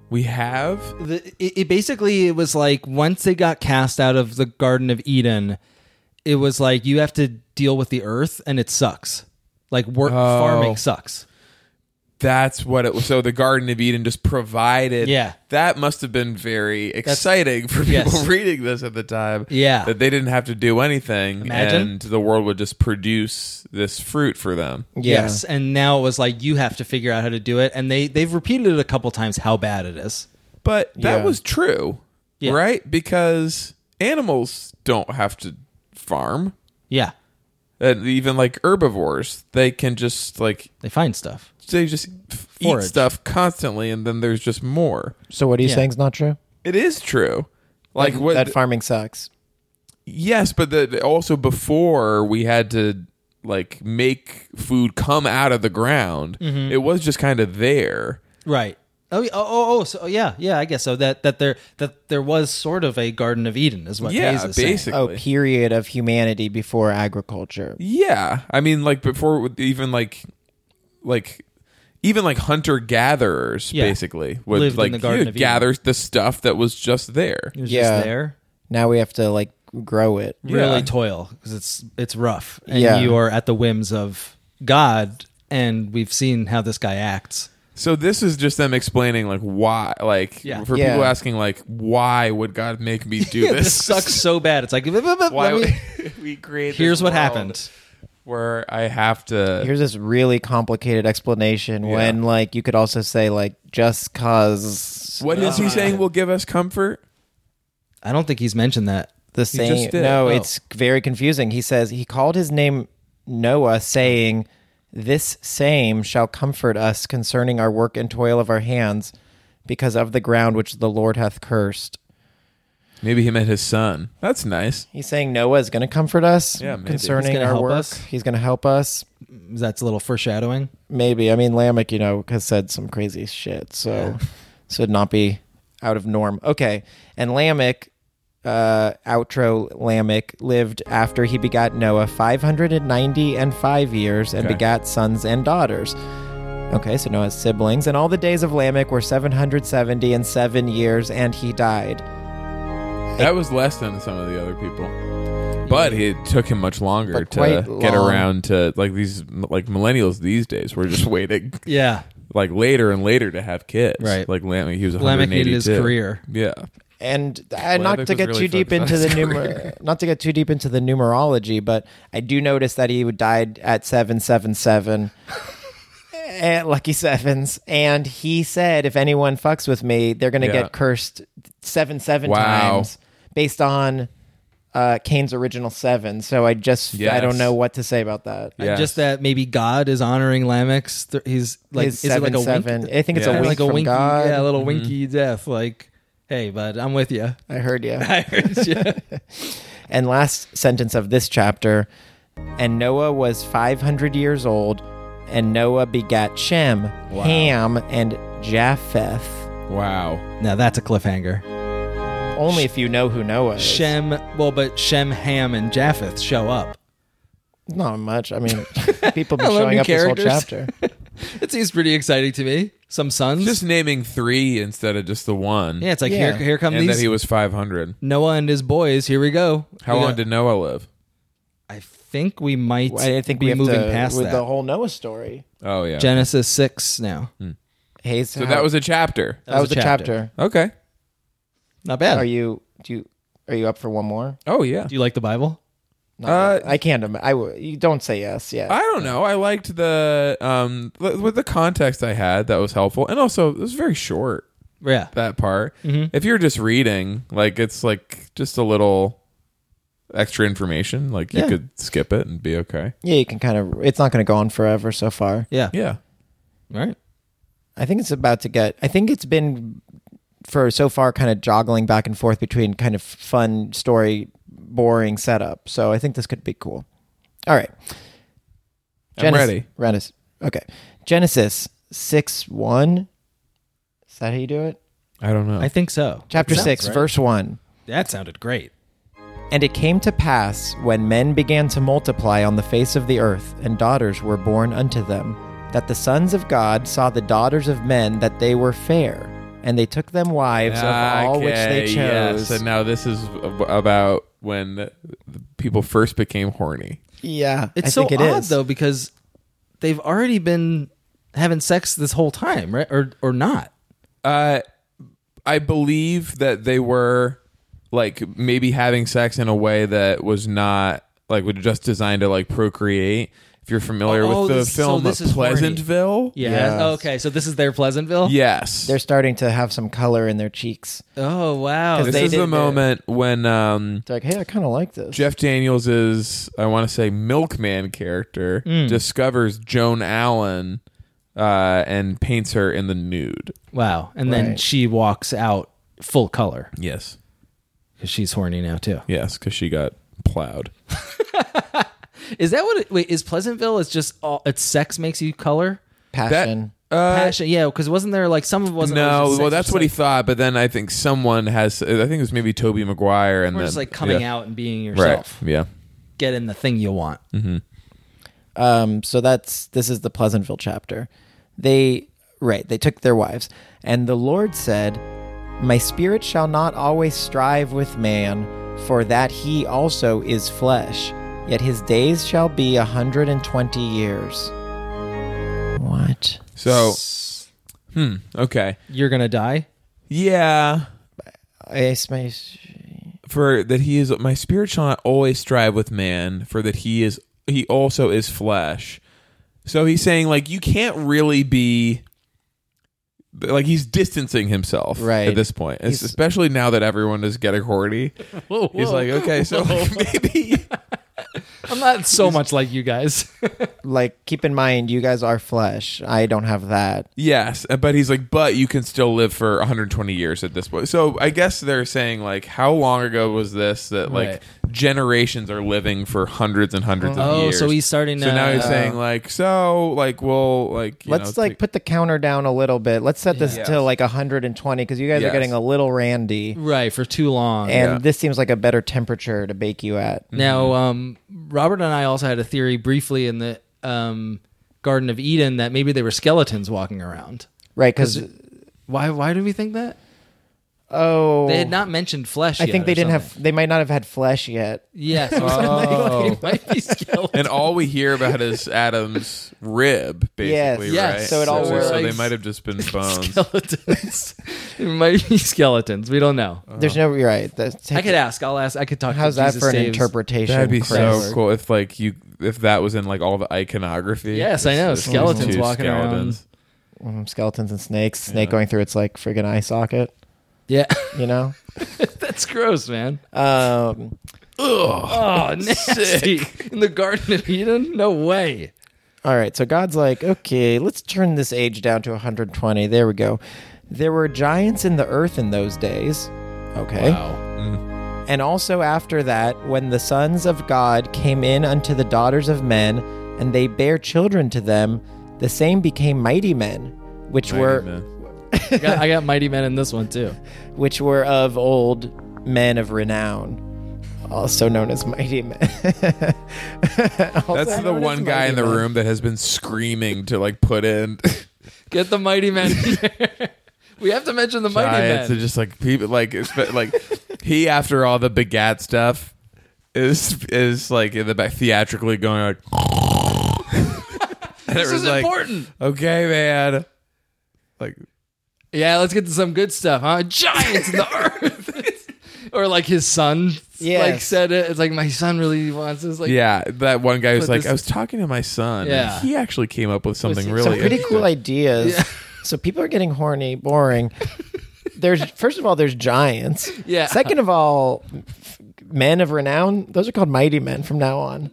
we have. the, it, it basically it was like once they got cast out of the Garden of Eden, it was like you have to deal with the earth and it sucks. Like work Oh. farming sucks. That's what it was. So the Garden of Eden just provided. Yeah. That must have been very exciting for people Yes. reading this at the time. Yeah. That they didn't have to do anything. Imagine. And the world would just produce this fruit for them. Yes, and now it was like you have to figure out how to do it, and they they've repeated it a couple times how bad it is. But that Yeah. was true, Yeah. right? Because animals don't have to farm. Yeah, And even like herbivores, they can just like, they find stuff. they just f- eat Forage. stuff constantly and then there's just more. So, what are you Yeah. saying is not true? It is true. Like what that farming sucks. Yes, but the, the- also before we had to like make food come out of the ground, Mm-hmm. it was just kind of there. Right. Oh, yeah, oh, oh, oh, so yeah, yeah. I guess so. That that there that there was sort of a Garden of Eden, is what yeah, Hayes is saying. basically. Oh, period of humanity before agriculture. Yeah, I mean, like before, with even like, like, even like hunter gatherers Yeah. basically would Lived in like the Garden you'd of Eden. gather the stuff that was just there. It was Yeah. just there. Now we have to, like, grow it. really Yeah. toil because it's it's rough and Yeah. you are at the whims of god and we've seen how this guy acts So this is just them explaining like why, like Yeah. for Yeah. people asking like why would God make me do this, this? sucks so bad it's like "Bup, bup, bup, Why let me- would we create? here's this what world happened where I have to. Here's this really complicated explanation when, like, you could also say, like, just cause What is he saying will give us comfort? i don't think he's mentioned that the just same. did. No, Oh. it's very confusing. He says he called his name Noah, saying, "This same shall comfort us concerning our work and toil of our hands, because of the ground which the Lord hath cursed." Maybe he meant his son. That's nice. He's saying Noah is going to comfort us Yeah, maybe. concerning He's gonna our help work. us. He's going to help us. that's a little foreshadowing Maybe. I mean, Lamech, you know, has said some crazy shit, so so it'd not be out of norm. Okay, and Lamech. Uh, outro Lamech lived after he begat Noah 590 and five years and Okay. begat sons and daughters. Okay, so Noah's siblings. And all the days of Lamech were 770 and seven years, and he died. That was less than some of the other people. But it took him much longer But to quite get long. around to like these like millennials these days. We're just waiting yeah like later and later to have kids. Right. Like Lamech, he was lamech needed his 182. career Yeah. and uh, Lamech not to was get really too deep focused into on the his numer- career. not to get too deep into the numerology, but I do notice that he died at seven seven seven, at lucky sevens, and he said if anyone fucks with me, they're gonna Yeah. get cursed seven seven Wow. times based on uh, Kane's original seven. So I just I Yes. don't know what to say about that. Yeah. just that maybe god is honoring lamech's th- he's like His is it like a seven. wink I think it's Yeah. a Kinda wink like a from winky God. Mm-hmm. yeah a little winky death like hey bud i'm with you I heard you. i heard you And last sentence of this chapter and Noah was 500 years old, and Noah begat Shem, Ham, and Japheth. Wow. now that's a cliffhanger Only if you know who Noah is. Shem, well, but Shem, Ham, and Japheth show up. Not much. I mean, people I been love showing new up this whole characters. chapter. It seems pretty exciting to me. Some sons. Just naming three instead of just the one. yeah, it's like Yeah. here, here come And that these he was 500. Noah and his boys. Here we go. How We long got- did Noah live? I think we might I think be we have moving to, past with that. the whole Noah story. Oh yeah. Genesis six now. Mm. Hey, so that was a chapter. that was a chapter. Okay. Not bad. Are you do you are you up for one more? Oh yeah. Do you like the Bible? No, Uh, I can't. im- I w- you don't say yes. Yeah, I don't know. I liked the um li- with the context I had that was helpful, and also it was very short Yeah. that part. Mm-hmm. If you're just reading, like it's like just a little extra information. Like you Yeah. could skip it and be okay. yeah. You can kind of. It's not going to go on forever so far. Yeah. Yeah. Right. I think it's about to get. I think it's been for so far kind of joggling back and forth between kind of fun story, boring setup. So I think this could be cool. All right. I'm ready. Renis. Okay. Genesis six one. Is that how you do it? I don't know. I think so. Chapter Sounds six, right. verse one. That sounded great. And it came to pass, when men began to multiply on the face of the earth, and daughters were born unto them, that the sons of God saw the daughters of men that they were fair, and they took them wives of all which they Ah, Okay, chose. Yes. And now this is ab- about when the people first became horny. yeah, It's I so think it odd is. though because they've already been having sex this whole time, right? Or or not? Uh, I believe that they were like maybe having sex in a way that was not like was just designed to like procreate. If you're familiar Oh, with the this- so film this is horny. Pleasantville, Yeah. Yes. Okay. So this is their Pleasantville. yes, They're starting to have some color in their cheeks. Oh wow. 'Cause this they is did the the- moment when um, They're like, hey, I kind of like this. Jeff Daniels is, I want to say, milkman character Hmm. discovers Joan Allen uh, and paints her in the nude. Wow. And then Right. she walks out full color Yes, because she's horny now too. yes, because she got plowed. Is that what? It, wait, is Pleasantville? It's just all. It's sex makes you color. Passion. Uh, Passion. yeah. Because wasn't there like some of it wasn't it was no, just well, sex, that's just, what he like, thought, but then I think someone has. I think it was maybe Toby Maguire, and We're then just like coming yeah. out and being right? yourself, Yeah, getting the thing you want. Um, so that's this is the Pleasantville chapter. They right, they took their wives, and the Lord said, "My spirit shall not always strive with man, for that he also is flesh. Yet his days shall be a hundred and twenty years." What? so hmm, okay, You're gonna die. yeah. It's my- For that he is my spirit shall not always strive with man, for that he is he also is flesh. So he's saying like you can't really be like he's distancing himself Right. at this point, He's- especially now that everyone is getting horny. Whoa, He's like, okay, so maybe I'm not so much like you guys. like keep in mind, you guys are flesh. I don't have that. Yes, uh, but he's like, but you can still live for 120 years at this point. So I guess they're saying like, how long ago was this that like Right. generations are living for hundreds and hundreds of oh, years? so he's starting. so now he's uh, saying like, so like we'll like you Let's know, like take- put the counter down a little bit. Let's set this Yeah. to like 120 because you guys Yes. are getting a little randy. right for too long. and Mhm. Yeah. this seems like a better temperature to bake you at. Now, um, Robert and I also had a theory briefly in the um, Garden of Eden that maybe they were skeletons walking around. Right, because Why? Why do we think that? oh, They had not mentioned flesh. I yet think they or didn't something. have. They might not have had flesh yet. Yes. Oh. It might be skeletons. and all we hear about is Adam's rib, basically. Yes, right? so it all so, they works. might have just been bones. skeletons. it might be skeletons. We don't know. There's no. You're right. That's, Uh-huh. I could ask. I'll ask. I could talk. How's to that Jesus for an Saves. interpretation? That'd be Chris? so cool if like you if that was in like all the iconography. Yes, I know, It's just skeletons two walking around. Mm, skeletons and snakes. Snake going through its like friggin' eye socket. Yeah, You know. that's gross, man. Um, Oh, nasty! In the Garden of Eden? No way. all right. So God's like, okay, let's turn this age down to 120. There we go. There were giants in the earth in those days. Okay. Wow. And also after that, when the sons of God came in unto the daughters of men, and they bare children to them, the same became mighty men, which were Amen. I got, I got mighty men in this one too. which were of old men of renown, also known as mighty men. That's the one guy in the room that has been screaming to like put in Get the mighty men. in there. we have to mention the mighty giants men. and just like people like it's been- like he after all the begat stuff is is like in the back theatrically going like. and it This is was like, important. Okay, man. Like Yeah, let's get to some good stuff, huh? Giants in the earth. or like his son like Yes. said it. It's like my son really wants this. Like yeah, that one guy was But like, this- I was talking to my son. Yeah. and he actually came up with something Some really some pretty interesting. cool ideas. So people are getting horny, boring. There's first of all, there's giants. Yeah. Second of all, f- men of renown. Those are called mighty men from now on.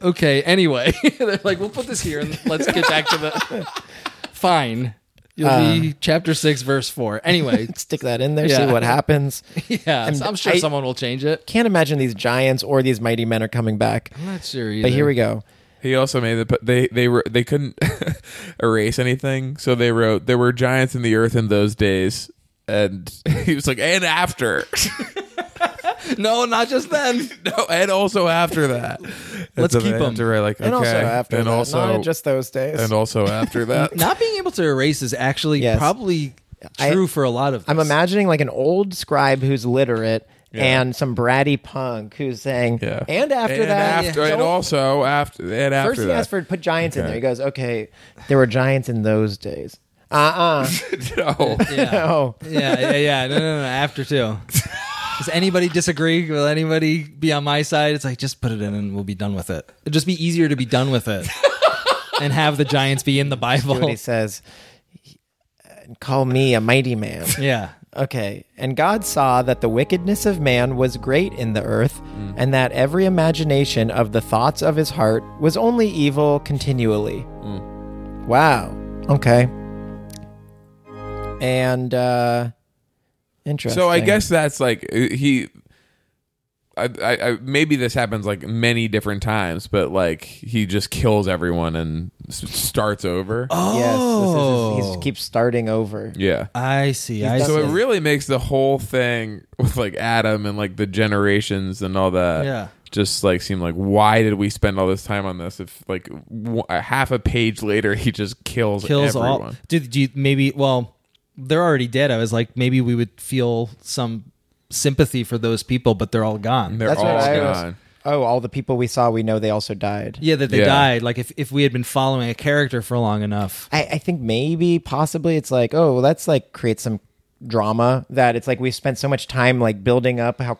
Okay, anyway. They're like, we'll put this here and let's get back to the Fine. You'll be chapter six, verse four. Anyway, Stick that in there, Yeah. see what happens. yeah. And so I'm sure I- someone will change it. Can't imagine these giants or these mighty men are coming back. I'm not sure either. But here we go. He also made the they they were they couldn't erase anything, so they wrote there were giants in the earth in those days, and he was like, and after, No, not just then. no, and also after that. Let's And so keep they had 'em. to write, like, And also okay, after and that, also not just those days. and also after that. Not being able to erase is actually Yes. probably I- true for a lot of I'm this. imagining like an old scribe who's literate and some bratty punk who's saying, Yeah. and after and that, after, don't- and also after, and after First, he that. asked for put giants in Okay. there. He goes, "Okay, there were giants in those days." Uh uh no, Yeah. Oh, yeah, yeah, yeah. No, no, no. After two. Does anybody disagree? Will anybody be on my side? It's like just put it in and we'll be done with it. It'd just be easier to be done with it and have the Giants be in the what he Bible. says, "Call me a mighty man." Yeah. Okay, and God saw that the wickedness of man was great in the earth, Mm. and that every imagination of the thoughts of his heart was only evil continually. Mm. Wow. Okay. And uh interesting. So I guess that's like uh, he. I, I, I maybe this happens like many different times, but like he just kills everyone and s- starts over. yes, Oh. this is, he keeps starting over. Yeah. I see. I see. So it really makes the whole thing with like Adam and like the generations and all that. Yeah. Just like seem like why did we spend all this time on this if like w- a half a page later he just kills kills everyone. all. Dude, do you maybe? Well, they're already dead. I was like, maybe we would feel some sympathy for those people, but they're all gone. They're That's all what I was- gone. Oh, all the people we saw, we know they also died. yeah, that they Yeah. died. Like if, if we had been following a character for long enough. I, I think maybe possibly it's like, oh, well, that's like create some drama that it's like we spent so much time like building up how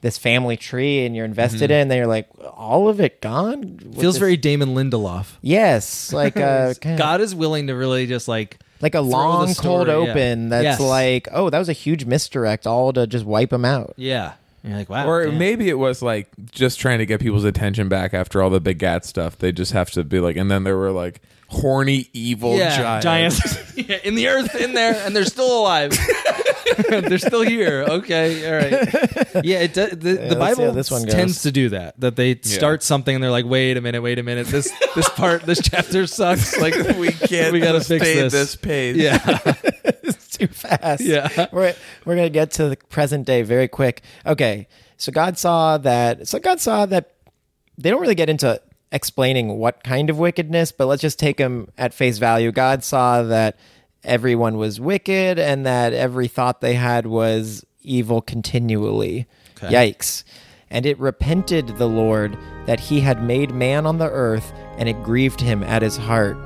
this family tree and you're invested in, and then you're like, all of it gone? With Mm-hmm. Feels this- very Damon Lindelof. yes, like a kind of- God is willing to really just like like a throw the long story, cold yeah. open that's Yes. like, oh, that was a huge misdirect, all to just wipe them out. yeah. You're like wow. Or damn. maybe it was like just trying to get people's attention back after all the big gat stuff. They just have to be like, and then there were like horny evil yeah, giants. giants yeah, in the earth in there and they're still alive. they're still here. Okay, all right. Yeah, it does, the, the let's see Bible how this one goes. tends to do that. That they start something and they're like, "Wait a minute, wait a minute. This this part, this chapter sucks. Like We can't. We gotta fix sustain this. pace. yeah, it's too fast. Yeah. We're we're gonna get to the present day very quick. Okay. So God saw that so God saw that they don't really get into explaining what kind of wickedness, but let's just take them at face value. God saw that everyone was wicked and that every thought they had was evil continually. Yikes. And it repented the Lord that he had made man on the earth, and it grieved him at his heart.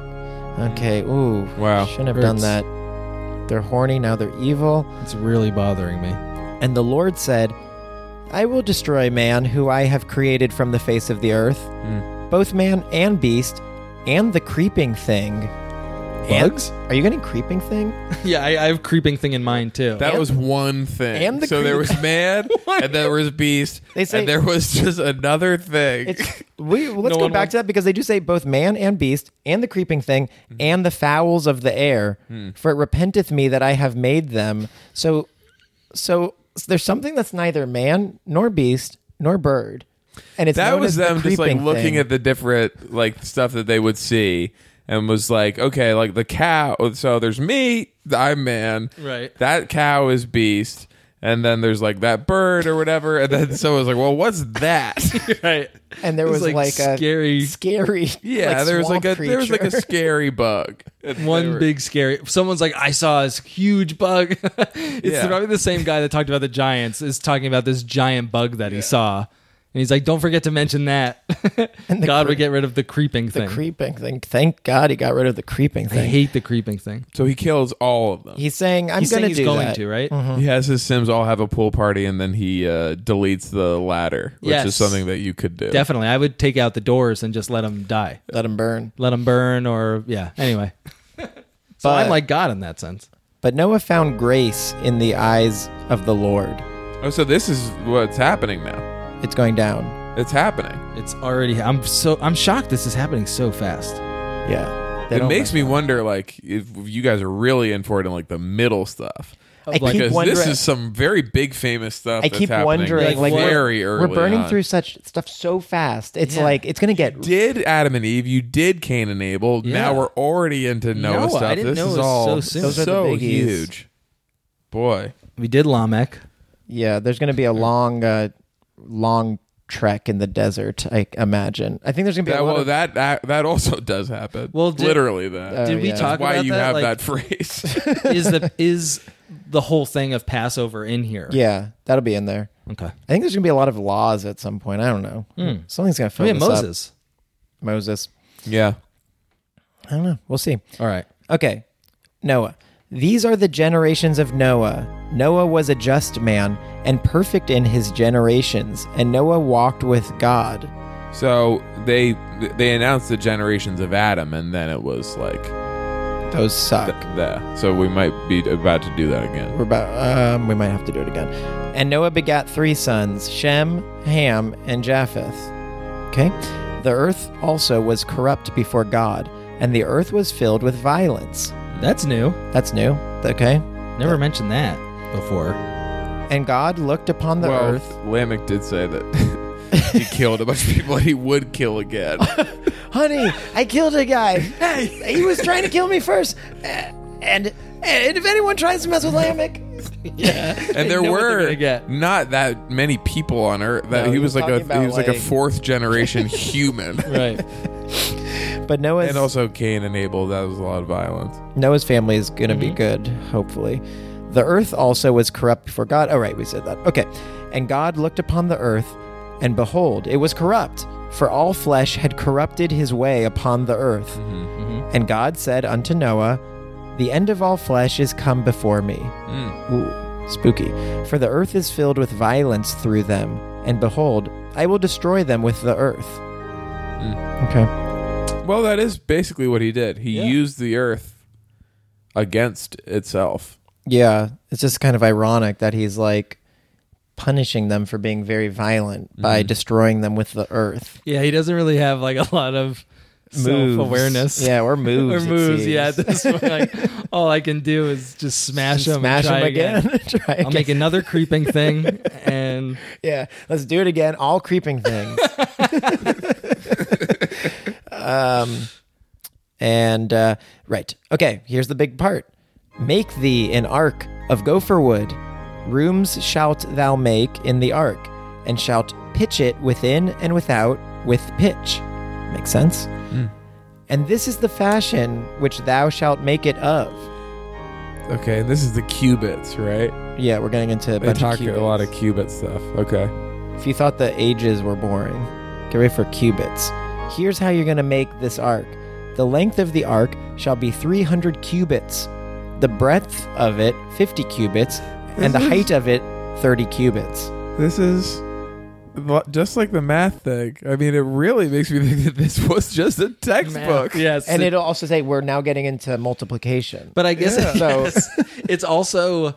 Okay, ooh. Wow. Shouldn't have done Hurts. that. They're horny, now they're evil. it's really bothering me. And the Lord said, I will destroy man who I have created from the face of the earth, Hmm. both man and beast, and the creeping thing. And- Bugs? are you getting creeping thing? Yeah, I, I have creeping thing in mind too. That And- was one thing. and the so there creep- was man, and there was beast, They say- and there was just another thing. It's, we, well, No let's go one back wants- to that because they do say both man and beast, and the creeping thing, Hmm. and the fowls of the air. For it repenteth me that I have made them. So, so there's something that's neither man nor beast nor bird, and it's that known was as the them just like creeping looking thing. at the different like stuff that they would see and was like okay like the cow oh, so there's me i'm man Right. that cow is beast and then there's like that bird or whatever and then so it was like well what's that right. and there It's was like, a scary scary. yeah like there was like a swamp there was like a creature. scary bug And they one were- big scary someone's like i saw this huge bug it's Yeah. probably the same guy that talked about the giants is talking about this giant bug that he saw and And he's like, don't forget to mention that. the God cre- would get rid of the creeping The thing. creeping thing. Thank God he got rid of the creeping I thing. hate the creeping thing. So he kills all of them. he's saying I'm He's gonna saying he's do going that. Mm. to, right? Uh-huh. He has his Sims all have a pool party, and then he uh, deletes the ladder, which Yes. is something that you could do. Definitely. I would take out the doors and just let them die. Let him burn. Let them burn or, yeah. Anyway. so But- I'm like God in that sense. But Noah found grace in the eyes of the Lord. oh, so this is what's happening now. It's going down. It's happening. It's already, I'm so, I'm shocked this is happening so fast. Yeah. They It don't makes like- me wonder, like, if you guys are really in for it in like the middle stuff. I like, keep Because wondering. this is some very big famous stuff. I that's keep happening wondering. Like we're- very we're, early. burning on. through such stuff so fast. It's Yeah. like it's gonna get. Did Adam and Eve? You did Cain and Abel. Now Yeah. we're already into Noah No, I stuff. didn't this know it is was all so soon. Those are the so biggies. huge. Boy, We did Lamech. Yeah. There's gonna be a long, uh, long trek in the desert. I imagine. I think there's gonna be that, a lot well, of uh, that, that that also does happen. Well, did- literally that. Did we Oh, yeah. talk That's why about you that? have Like, that phrase. is the is the whole thing of Passover in here? yeah. That'll be in there. Okay. I think there's gonna be a lot of laws at some point. I don't know. Something's gonna I fill mean this up. Moses. Moses. yeah. I don't know. We'll see. All right. Okay. Noah. These are the generations of Noah. Noah was a just man and perfect in his generations, and Noah walked with God. So they they announced the generations of Adam, and then it was like Those suck. that. So we might be about to do that again. We're about, um, we might have to do it again. And Noah begat three sons Shem, Ham, and Japheth. Okay? The earth also was corrupt before God, and the earth was filled with violence. That's new. That's new. Okay? Never mentioned that before. And God looked upon the well, earth. Lamech did say that he killed a bunch of people and he would kill again. honey, I killed a guy. he was trying to kill me first. Eh, And, and if anyone tries to mess with Lamech, And there know what they're were gonna get. not that many people on Earth. No, That he he was was like talking a about, he was like a like- fourth generation human. Right. but Noah's And also Cain and Abel. That was a lot of violence. Noah's family is going to be good, hopefully. The earth also was corrupt before God. Oh, right, we said that. Okay. And God looked upon the earth, and behold, it was corrupt, for all flesh had corrupted his way upon the earth. And God said unto Noah, The end of all flesh is come before me. Ooh, spooky. For the earth is filled with violence through them, and behold, I will destroy them with the earth. Okay. Well, that is basically what he did. He Yeah. used the Earth against itself. Yeah, it's just kind of ironic that he's like punishing them for being very violent by destroying them with the earth. Yeah, he doesn't really have like a lot of self awareness. Yeah, or moves. or it moves. Yeah. At seems. this point, like all I can do is just smash them. Smash and try them again. Try I'll make another creeping thing, and Yeah, let's do it again. All creeping things. um, and uh, right, okay. Here's the big part. Make thee an ark of gopher wood. Rooms shalt thou make in the ark, and shalt pitch it within and without with pitch. Makes sense. Hmm. And this is the fashion which thou shalt make it of. Okay, and this is the qubits, right? Yeah, we're getting into a They bunch talk of a lot of cubits. qubit stuff. Okay. If you thought the ages were boring, get ready for cubits. Here's how you're going to make this arc. The length of the arc shall be 300 cubits, the breadth of it 50 cubits, and the This is- height of it 30 cubits. This is lo- just like the math thing. I mean, it really makes me think that this was just a textbook. Yes, And it'll also say we're now getting into multiplication. But I guess Yeah. So- yes, it's also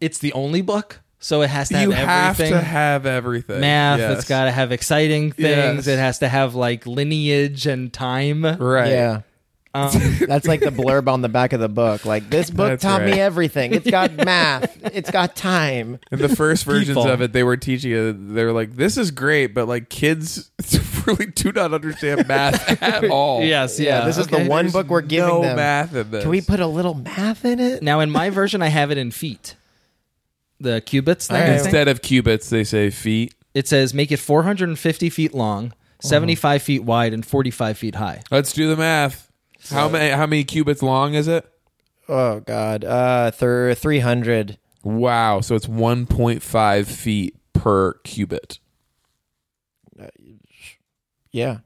it's the only book, so it has to have you have everything. to have everything. math. Yes. It's got to have exciting things. Yes. It has to have like lineage and time. right. yeah. Um, That's like the blurb on the back of the book. Like this book That's taught right. me everything. It's got math. It's got time. In the first versions People. of it, they were teaching it. They were like, "This is great," but like kids really do not understand math at all. yes, yeah. Yeah, this is the okay. one There's book we're giving no them. math in this. Can we put a little math in it? Now in my version, I have it in feet. The cubits thing. All I right. think. instead of cubits? They say feet. It says make it 450 feet long, 75 feet wide, and 45 feet high. Let's do the math. How many? How many cubits long is it? Oh God, uh, thir- three hundred. Wow. So it's one point five feet per cubit. Yeah,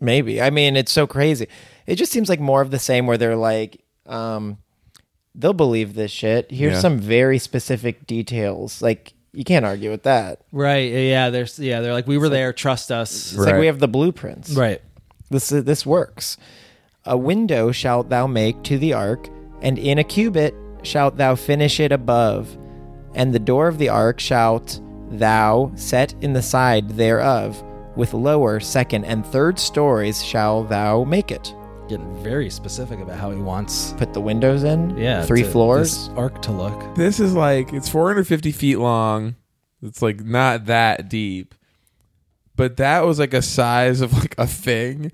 maybe. I mean, it's so crazy. It just seems like more of the same where they're like, um, they'll believe this shit. Here's Yeah. some very specific details. Like, you can't argue with that. Right. Yeah. There's. Yeah. They're like, we were there. Trust us. It's like Right. we have the blueprints. Right. This this works. A window shalt thou make to the ark, and in a cubit shalt thou finish it above, and the door of the ark shalt thou set in the side thereof. With lower, second, and third stories shall thou make it. Getting very specific about how he wants. Put the windows in. Yeah. three to- floors. this arc to look. This is like it's 450 feet long. It's like not that deep, but that was like a size of like a thing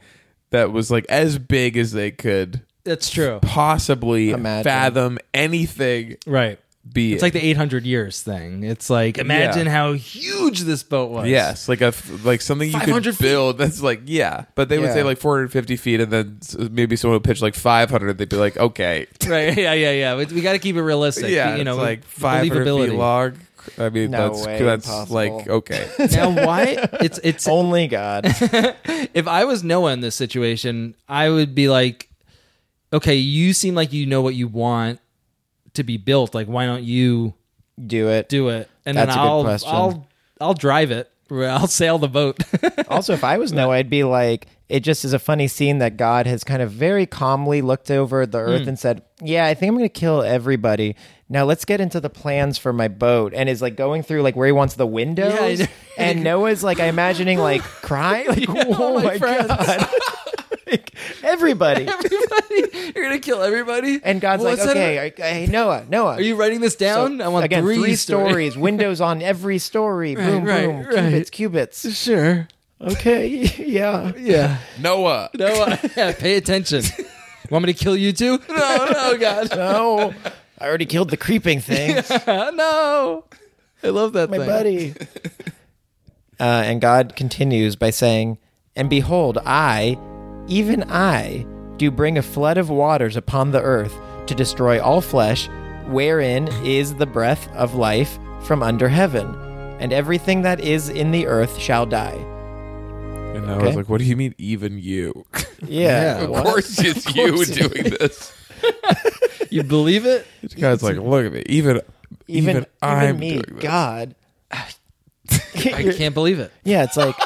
that was like as big as they could That's true. possibly Imagine. fathom anything Right. be. It's like the 800 years thing. It's like imagine Yeah. how huge this boat was. yes, like a like something you 500 could feet. build. That's like yeah, but they would Yeah. say like 450 feet, and then s- maybe someone would pitch like 500. They'd be like, okay, Right. Yeah. Yeah. Yeah. We, got to keep it realistic. yeah, You know, it's like 500 feet believability. long. I mean, No that's way, that's impossible. like okay. Now, why? It's it's Only God. if I was Noah in this situation, I would be like, okay, you seem like you know what you want to be built. Like, why don't you Do it. do it? And That's a then good I'll, question. I'll, I'll drive it. I'll sail the boat. also, if I was Noah, I'd be like, it just is a funny scene that God has kind of very calmly looked over the earth Hmm. and said, Yeah, I think I'm going to kill everybody. Now let's get into the plans for my boat. And is like going through like where he wants the windows. Yeah, I- and Noah's like, I'm imagining like crying. Like, all oh my my, friends." God. like, everybody. everybody, you're gonna kill everybody. And God's Well, like, let's set okay, it- I- I- hey, Noah, Noah. are you writing this down? I want again, three, stories, windows on every story. boom, right, boom, right. cubits, cubits. Sure. Okay, yeah. Yeah. Noah. Noah, yeah, pay attention. Want me to kill you too? No, no, God, No, I already killed the creeping thing. no. I love that my thing. buddy. Uh, and God continues by saying, And behold, I, even I, do bring a flood of waters upon the earth to destroy all flesh, wherein is the breath of life from under heaven. And everything that is in the earth shall die. And I was Okay. like, what do you mean, even you? Yeah. of what? course it's you course it doing this. You believe it? This guy's like, look at me. Even, even, Even, even I'm me, doing this. God. I can't believe it. yeah, it's like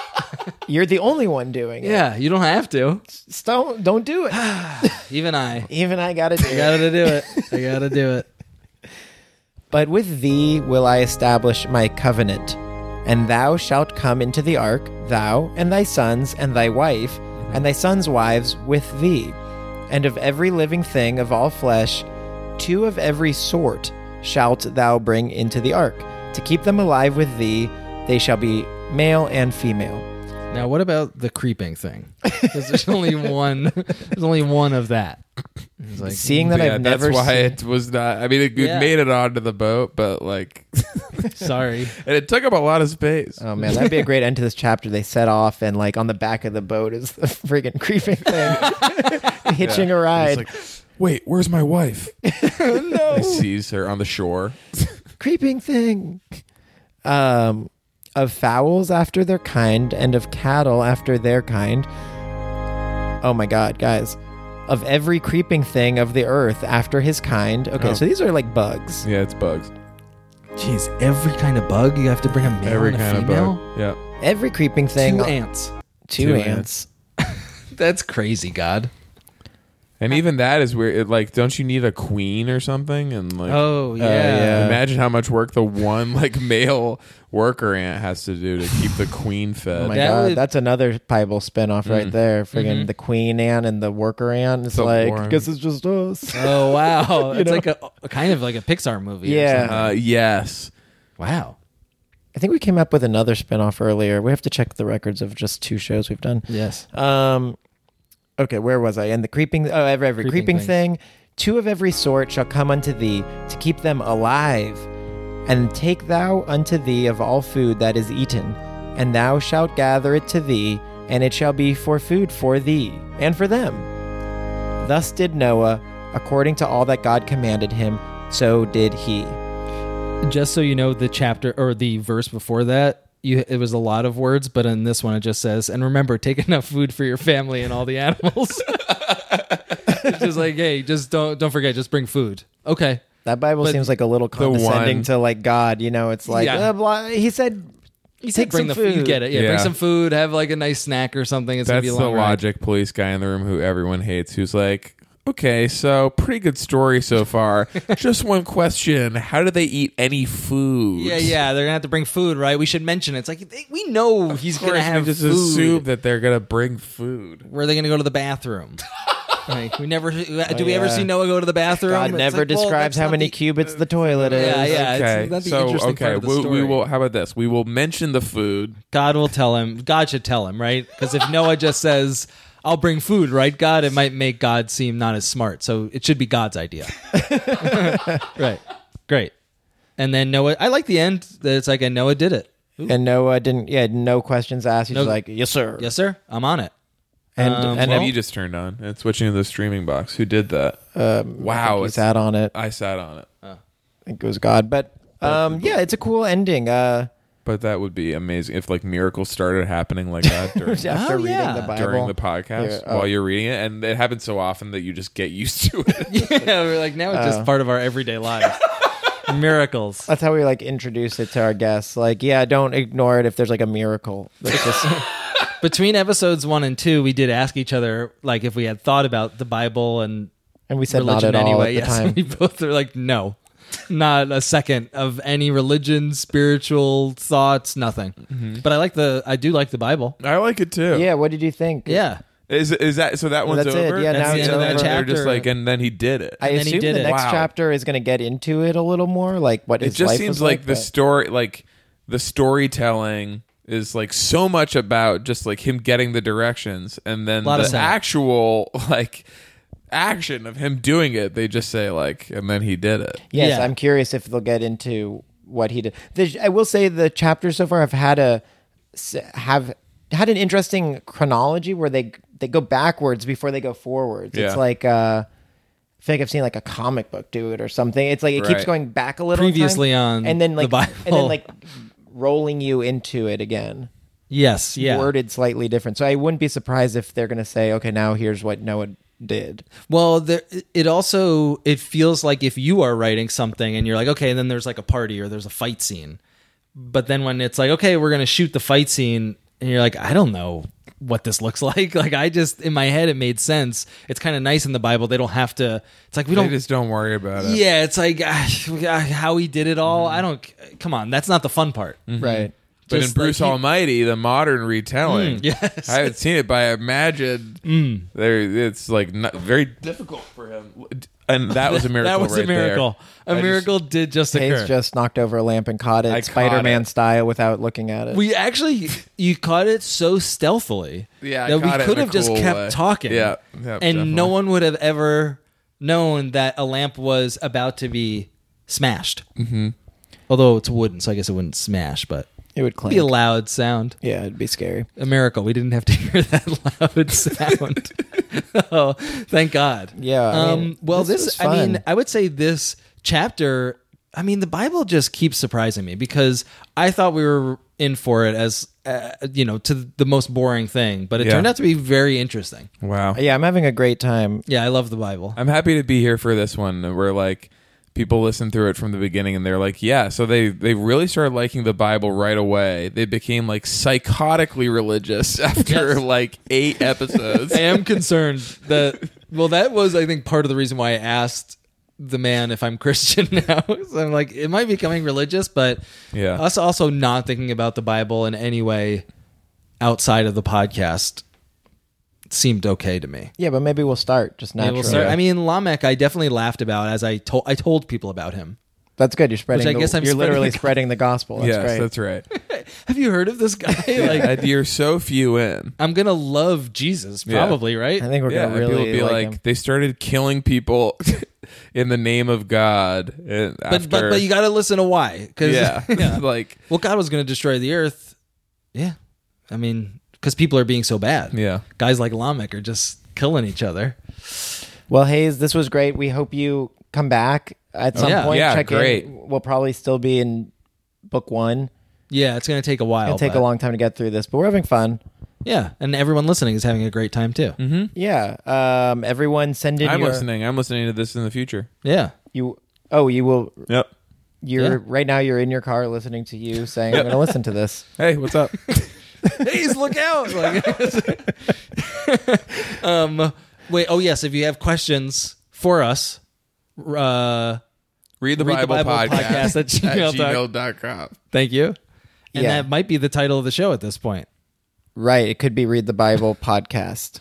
you're the only one doing it. Yeah, you don't have to. Just Don't don't do it. Even I. Even I gotta do I it. gotta do it. I gotta do it. But with thee will I establish my covenant, and thou shalt come into the ark, thou and thy sons and thy wife, and thy sons' wives with thee, and of every living thing of all flesh, two of every sort shalt thou bring into the ark, to keep them alive with thee. They shall be male and female. Now, what about the creeping thing? 'Cause there's only one. There's only one of that. It's like, Seeing that Yeah, I've that's never why seen, it was not. I mean, it, it Yeah. made it onto the boat, but like, sorry. and it took up a lot of space. Oh man, that'd be a great end to this chapter. They set off, and like on the back of the boat is the friggin' creeping thing hitching a It's ride. like, wait, where's my wife? no. He sees her on the shore. creeping thing. Um, of fowls after their kind, and of cattle after their kind. Oh my god, guys. Of every creeping thing of the earth after his kind. Okay, Oh. so these are like bugs. Yeah, it's bugs. Jeez, every kind of bug you have to bring a male Every and a kind of female. bug. Yeah. Every creeping thing. Two ants. two Two ants. That's crazy, God. Uh, And even that is weird. It, like, don't you need a queen or something? And like, uh, Oh yeah. yeah. Imagine how much work the one like male worker ant has to do to keep the queen fed. Oh my That god, would- that's another Bible spinoff right there. Friggin' the queen ant and the worker ant. It's Mm-hmm. So like, boring. guess it's just us. Oh wow. it's know? like a, a kind of like a Pixar movie. or Yeah. something. uh, yes. Wow. I think we came up with another spinoff earlier. We have to check the records of just two shows we've done. Yes. Um, okay, where was I? And the creeping, oh, every, every Creeping creeping, thing, two of every sort shall come unto thee to keep them alive. And take thou unto thee of all food that is eaten, and thou shalt gather it to thee, and it shall be for food for thee and for them. Thus did Noah, according to all that God commanded him, so did he. Just so you know, the chapter or the verse before that you it was a lot of words, but in this one it just says, "And remember, take enough food for your family and all the animals." it's just like, hey, just don't don't forget, just bring food. Okay. That Bible But seems like a little one- condescending to like God. You know, it's like Yeah. uh, blah, he said. You Take bring some the food. You food. get it. Yeah, Yeah. bring some food. Have like a nice snack or something. It's gonna That's be a the long ride. logic police guy in the room who everyone hates who's like, okay, so pretty good story so far. Just one question How do they eat any food? Yeah, yeah. They're gonna have to bring food, right? We should mention it. it's like they, we know he's Of course, gonna have we just food. assume that they're going to bring food. Where are they gonna go to the bathroom? like we never do. Oh, we ever yeah. see Noah go to the bathroom? God It's never like, well, describes that's how not many the- cubits the toilet is. Yeah, yeah. it's- okay, that's the so interesting okay, part of the we, we story. will. How about this? We will mention the food. God will tell him. God should tell him, right? Because if Noah just says, "I'll bring food," right? God, it might make God seem not as smart. So it should be God's idea, right? Great. And then Noah. I like the end that it's like, and Noah did it. And Noah didn't. Yeah, no questions asked. He's No- just like, yes, sir. Yes, sir. I'm on it. And Um, and Well, if you just turned on and switching to the streaming box. Who did that? wow, he it's- sat on Uh, it, I I sat on it. think it was God. But um, yeah, it's a cool ending. Uh, But that would be amazing if like miracles started happening like that during, after Oh, reading yeah. the Bible during the podcast Yeah, oh. while you're reading it, and it happens so often that you just get used to it. yeah, we're like now it's Oh. just part of our everyday lives. Miracles. That's how we like introduce it to our guests. Like, yeah, don't ignore it if there's like a miracle. That's just- Between episodes one and two, we did ask each other like if we had thought about the Bible and and we said religion not at all anyway. at yes, the time. we both were like, no, not a second of any religion, spiritual thoughts, nothing. Mm-hmm. But I like the, I do like the Bible. I like it too. Yeah, what did you think? Yeah, Is is that so? That one's that's it. over. Yeah, now it's and then over. They're just Chapter. like, and then he did it. I And then he assume the did it. next Wow. chapter is going to get into it a little more, like what it his just life seems was like, like the but- story, like the storytelling, is like so much about just like him getting the directions, and then Lot of the sound. actual like action of him doing it. They just say like, and then he did it. Yes, Yeah. I'm curious if they'll get into what he did. The, I will say the chapters so far have had a s- have had an interesting chronology where they they go backwards before they go forwards. Yeah. It's like uh, I feel like I've seen like a comic book do it or something. It's like it Right. keeps going back a little. in time, Previously on and then the like Bible. and then like rolling you into it again. yes, yeah. Worded slightly different, so I wouldn't be surprised if they're going to say, "Okay, now here's what Noah did." Well, there, it also it feels like if you are writing something and you're like, okay, and then there's like a party or there's a fight scene, but then when it's like, okay, we're gonna shoot the fight scene, and you're like, I don't know what this looks like. Like I just in my head it made sense. It's kind of nice in the Bible. They don't have to. It's like we They don't just don't worry about it. Yeah, it's like ah, how he did it all. I don't. c- Come on, that's not the fun part. Right. Mm-hmm. But in Just Bruce like he- Almighty, the modern retelling, Mm, yes. Mm. I haven't seen it, but I imagine there it's like not, very difficult for him. And that was a miracle. that was right a there. miracle. A I just- miracle did just Hayes occur. just knocked over a lamp and caught I it caught Spider-Man it. style without looking at it. we actually you caught it so stealthily. Yeah, I that caught it we in could a have just cool kept way. talking. Yeah, yeah, and definitely. no one would have ever known that a lamp was about to be smashed. Mm-hmm. Although it's wooden, so I guess it wouldn't smash, but it'd It would be a clank. loud sound. yeah, it'd be scary. A miracle. We didn't have to hear that loud sound. oh, thank God. Yeah, I Um, mean, well, this this, was I mean, fun. I would say this chapter, I mean, the Bible just keeps surprising me because I thought we were in for it as, uh, you know, to the most boring thing, but it Yeah. turned out to be very interesting. Wow. Yeah, I'm having a great time. Yeah, I love the Bible. I'm happy to be here for this one where like people listen through it from the beginning and they're like, yeah, so they they really started liking the Bible right away. They became like psychotically religious after Yes. like 8 episodes. I am concerned that, well, that was, I think, part of the reason why I asked the man if I'm Christian now. 'Cause I'm like, it might be becoming religious, but Yeah. us also not thinking about the Bible in any way outside of the podcast seemed okay to me. Yeah, but maybe we'll start just Maybe naturally. we'll start- Yeah. I mean, Lamech, I definitely laughed about as I told I told people about him. That's good. You're spreading. Which I the- guess I'm you're spreading literally the- spreading the gospel. That's yes, great. that's right. Have you heard of this guy? like, And you're so few in. I'm gonna love Jesus, Yeah. probably, right? I think we're yeah, gonna and people really be like, like, him. they started killing people in the name of God. and but, after, but but you got to listen to why, because yeah, like well, God was gonna destroy the earth. Yeah, I mean, because people are being so bad. yeah. guys like Lamech are just killing each other. Well, Hayes, this was great. We hope you come back at some yeah. point. Yeah, Check great. in. We'll probably still be in book one. Yeah, it's going to take a while. It'll take a but- long time to get through this, but we're having fun. Yeah, and everyone listening is having a great time too. Mm-hmm. Yeah. Um, everyone send in I'm your, listening. I'm listening to this in the future. Yeah. you oh, you will Yep. you're Yeah. right now you're in your car listening to you saying, I'm gonna listen to this. Hey, what's up? Please look out. Like- um, wait. Oh yes, if you have questions for us, uh, Read the, Read the Bible, Bible podcast podcast, at gmail dot- gmail.com. thank you. And Yeah. that might be the title of the show at this point. Right. It could be Read the Bible podcast.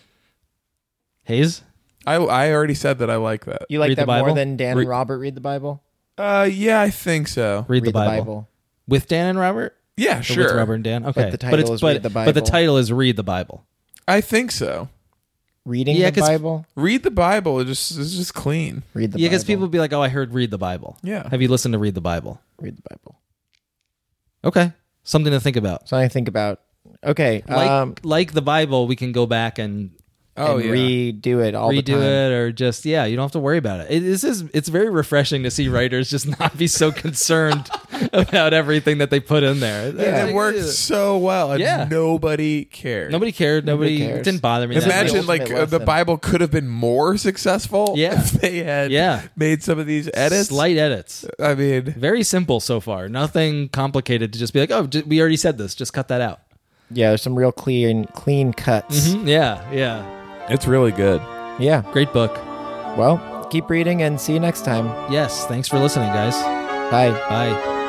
Hayes. I I already said that I like that. You like Read the that more Bible? than Dan Re- and Robert read the Bible? Uh, yeah, I think so. Read, the, Bible. with Dan and Robert. Yeah, Or sure. With Robert and Dan. Okay. the title is Read the But the Bible. title is read the Bible. I think so. Reading Yeah, the 'cause- Bible? Read the Bible. It just it's just clean. Read the yeah, Bible. because people be like, "Oh, I heard read the Bible." Yeah. Have you listened to read the Bible? read the Bible. Okay. Something to think about. So I think about okay, Like um like the Bible, we can go back and Oh and yeah. redo it all the redo time. it or just yeah you don't have to worry about it. it this is it's very refreshing to see writers just not be so concerned about everything that they put in there Yeah. it worked so well, and Yeah. nobody cared. nobody cared nobody, Nobody cares. it didn't bother me that Imagine much. the ultimate like uh, the lesson. Bible could have been more successful Yeah. if they had Yeah. made some of these edits. slight edits I mean, very simple so far nothing complicated to just be like oh j- we already said this just cut that out Mm-hmm. Yeah, there's some real clean clean cuts. yeah yeah it's really good. Mm-hmm. Yeah. great book Well, keep reading and see you next time. yes thanks for listening guys Bye. bye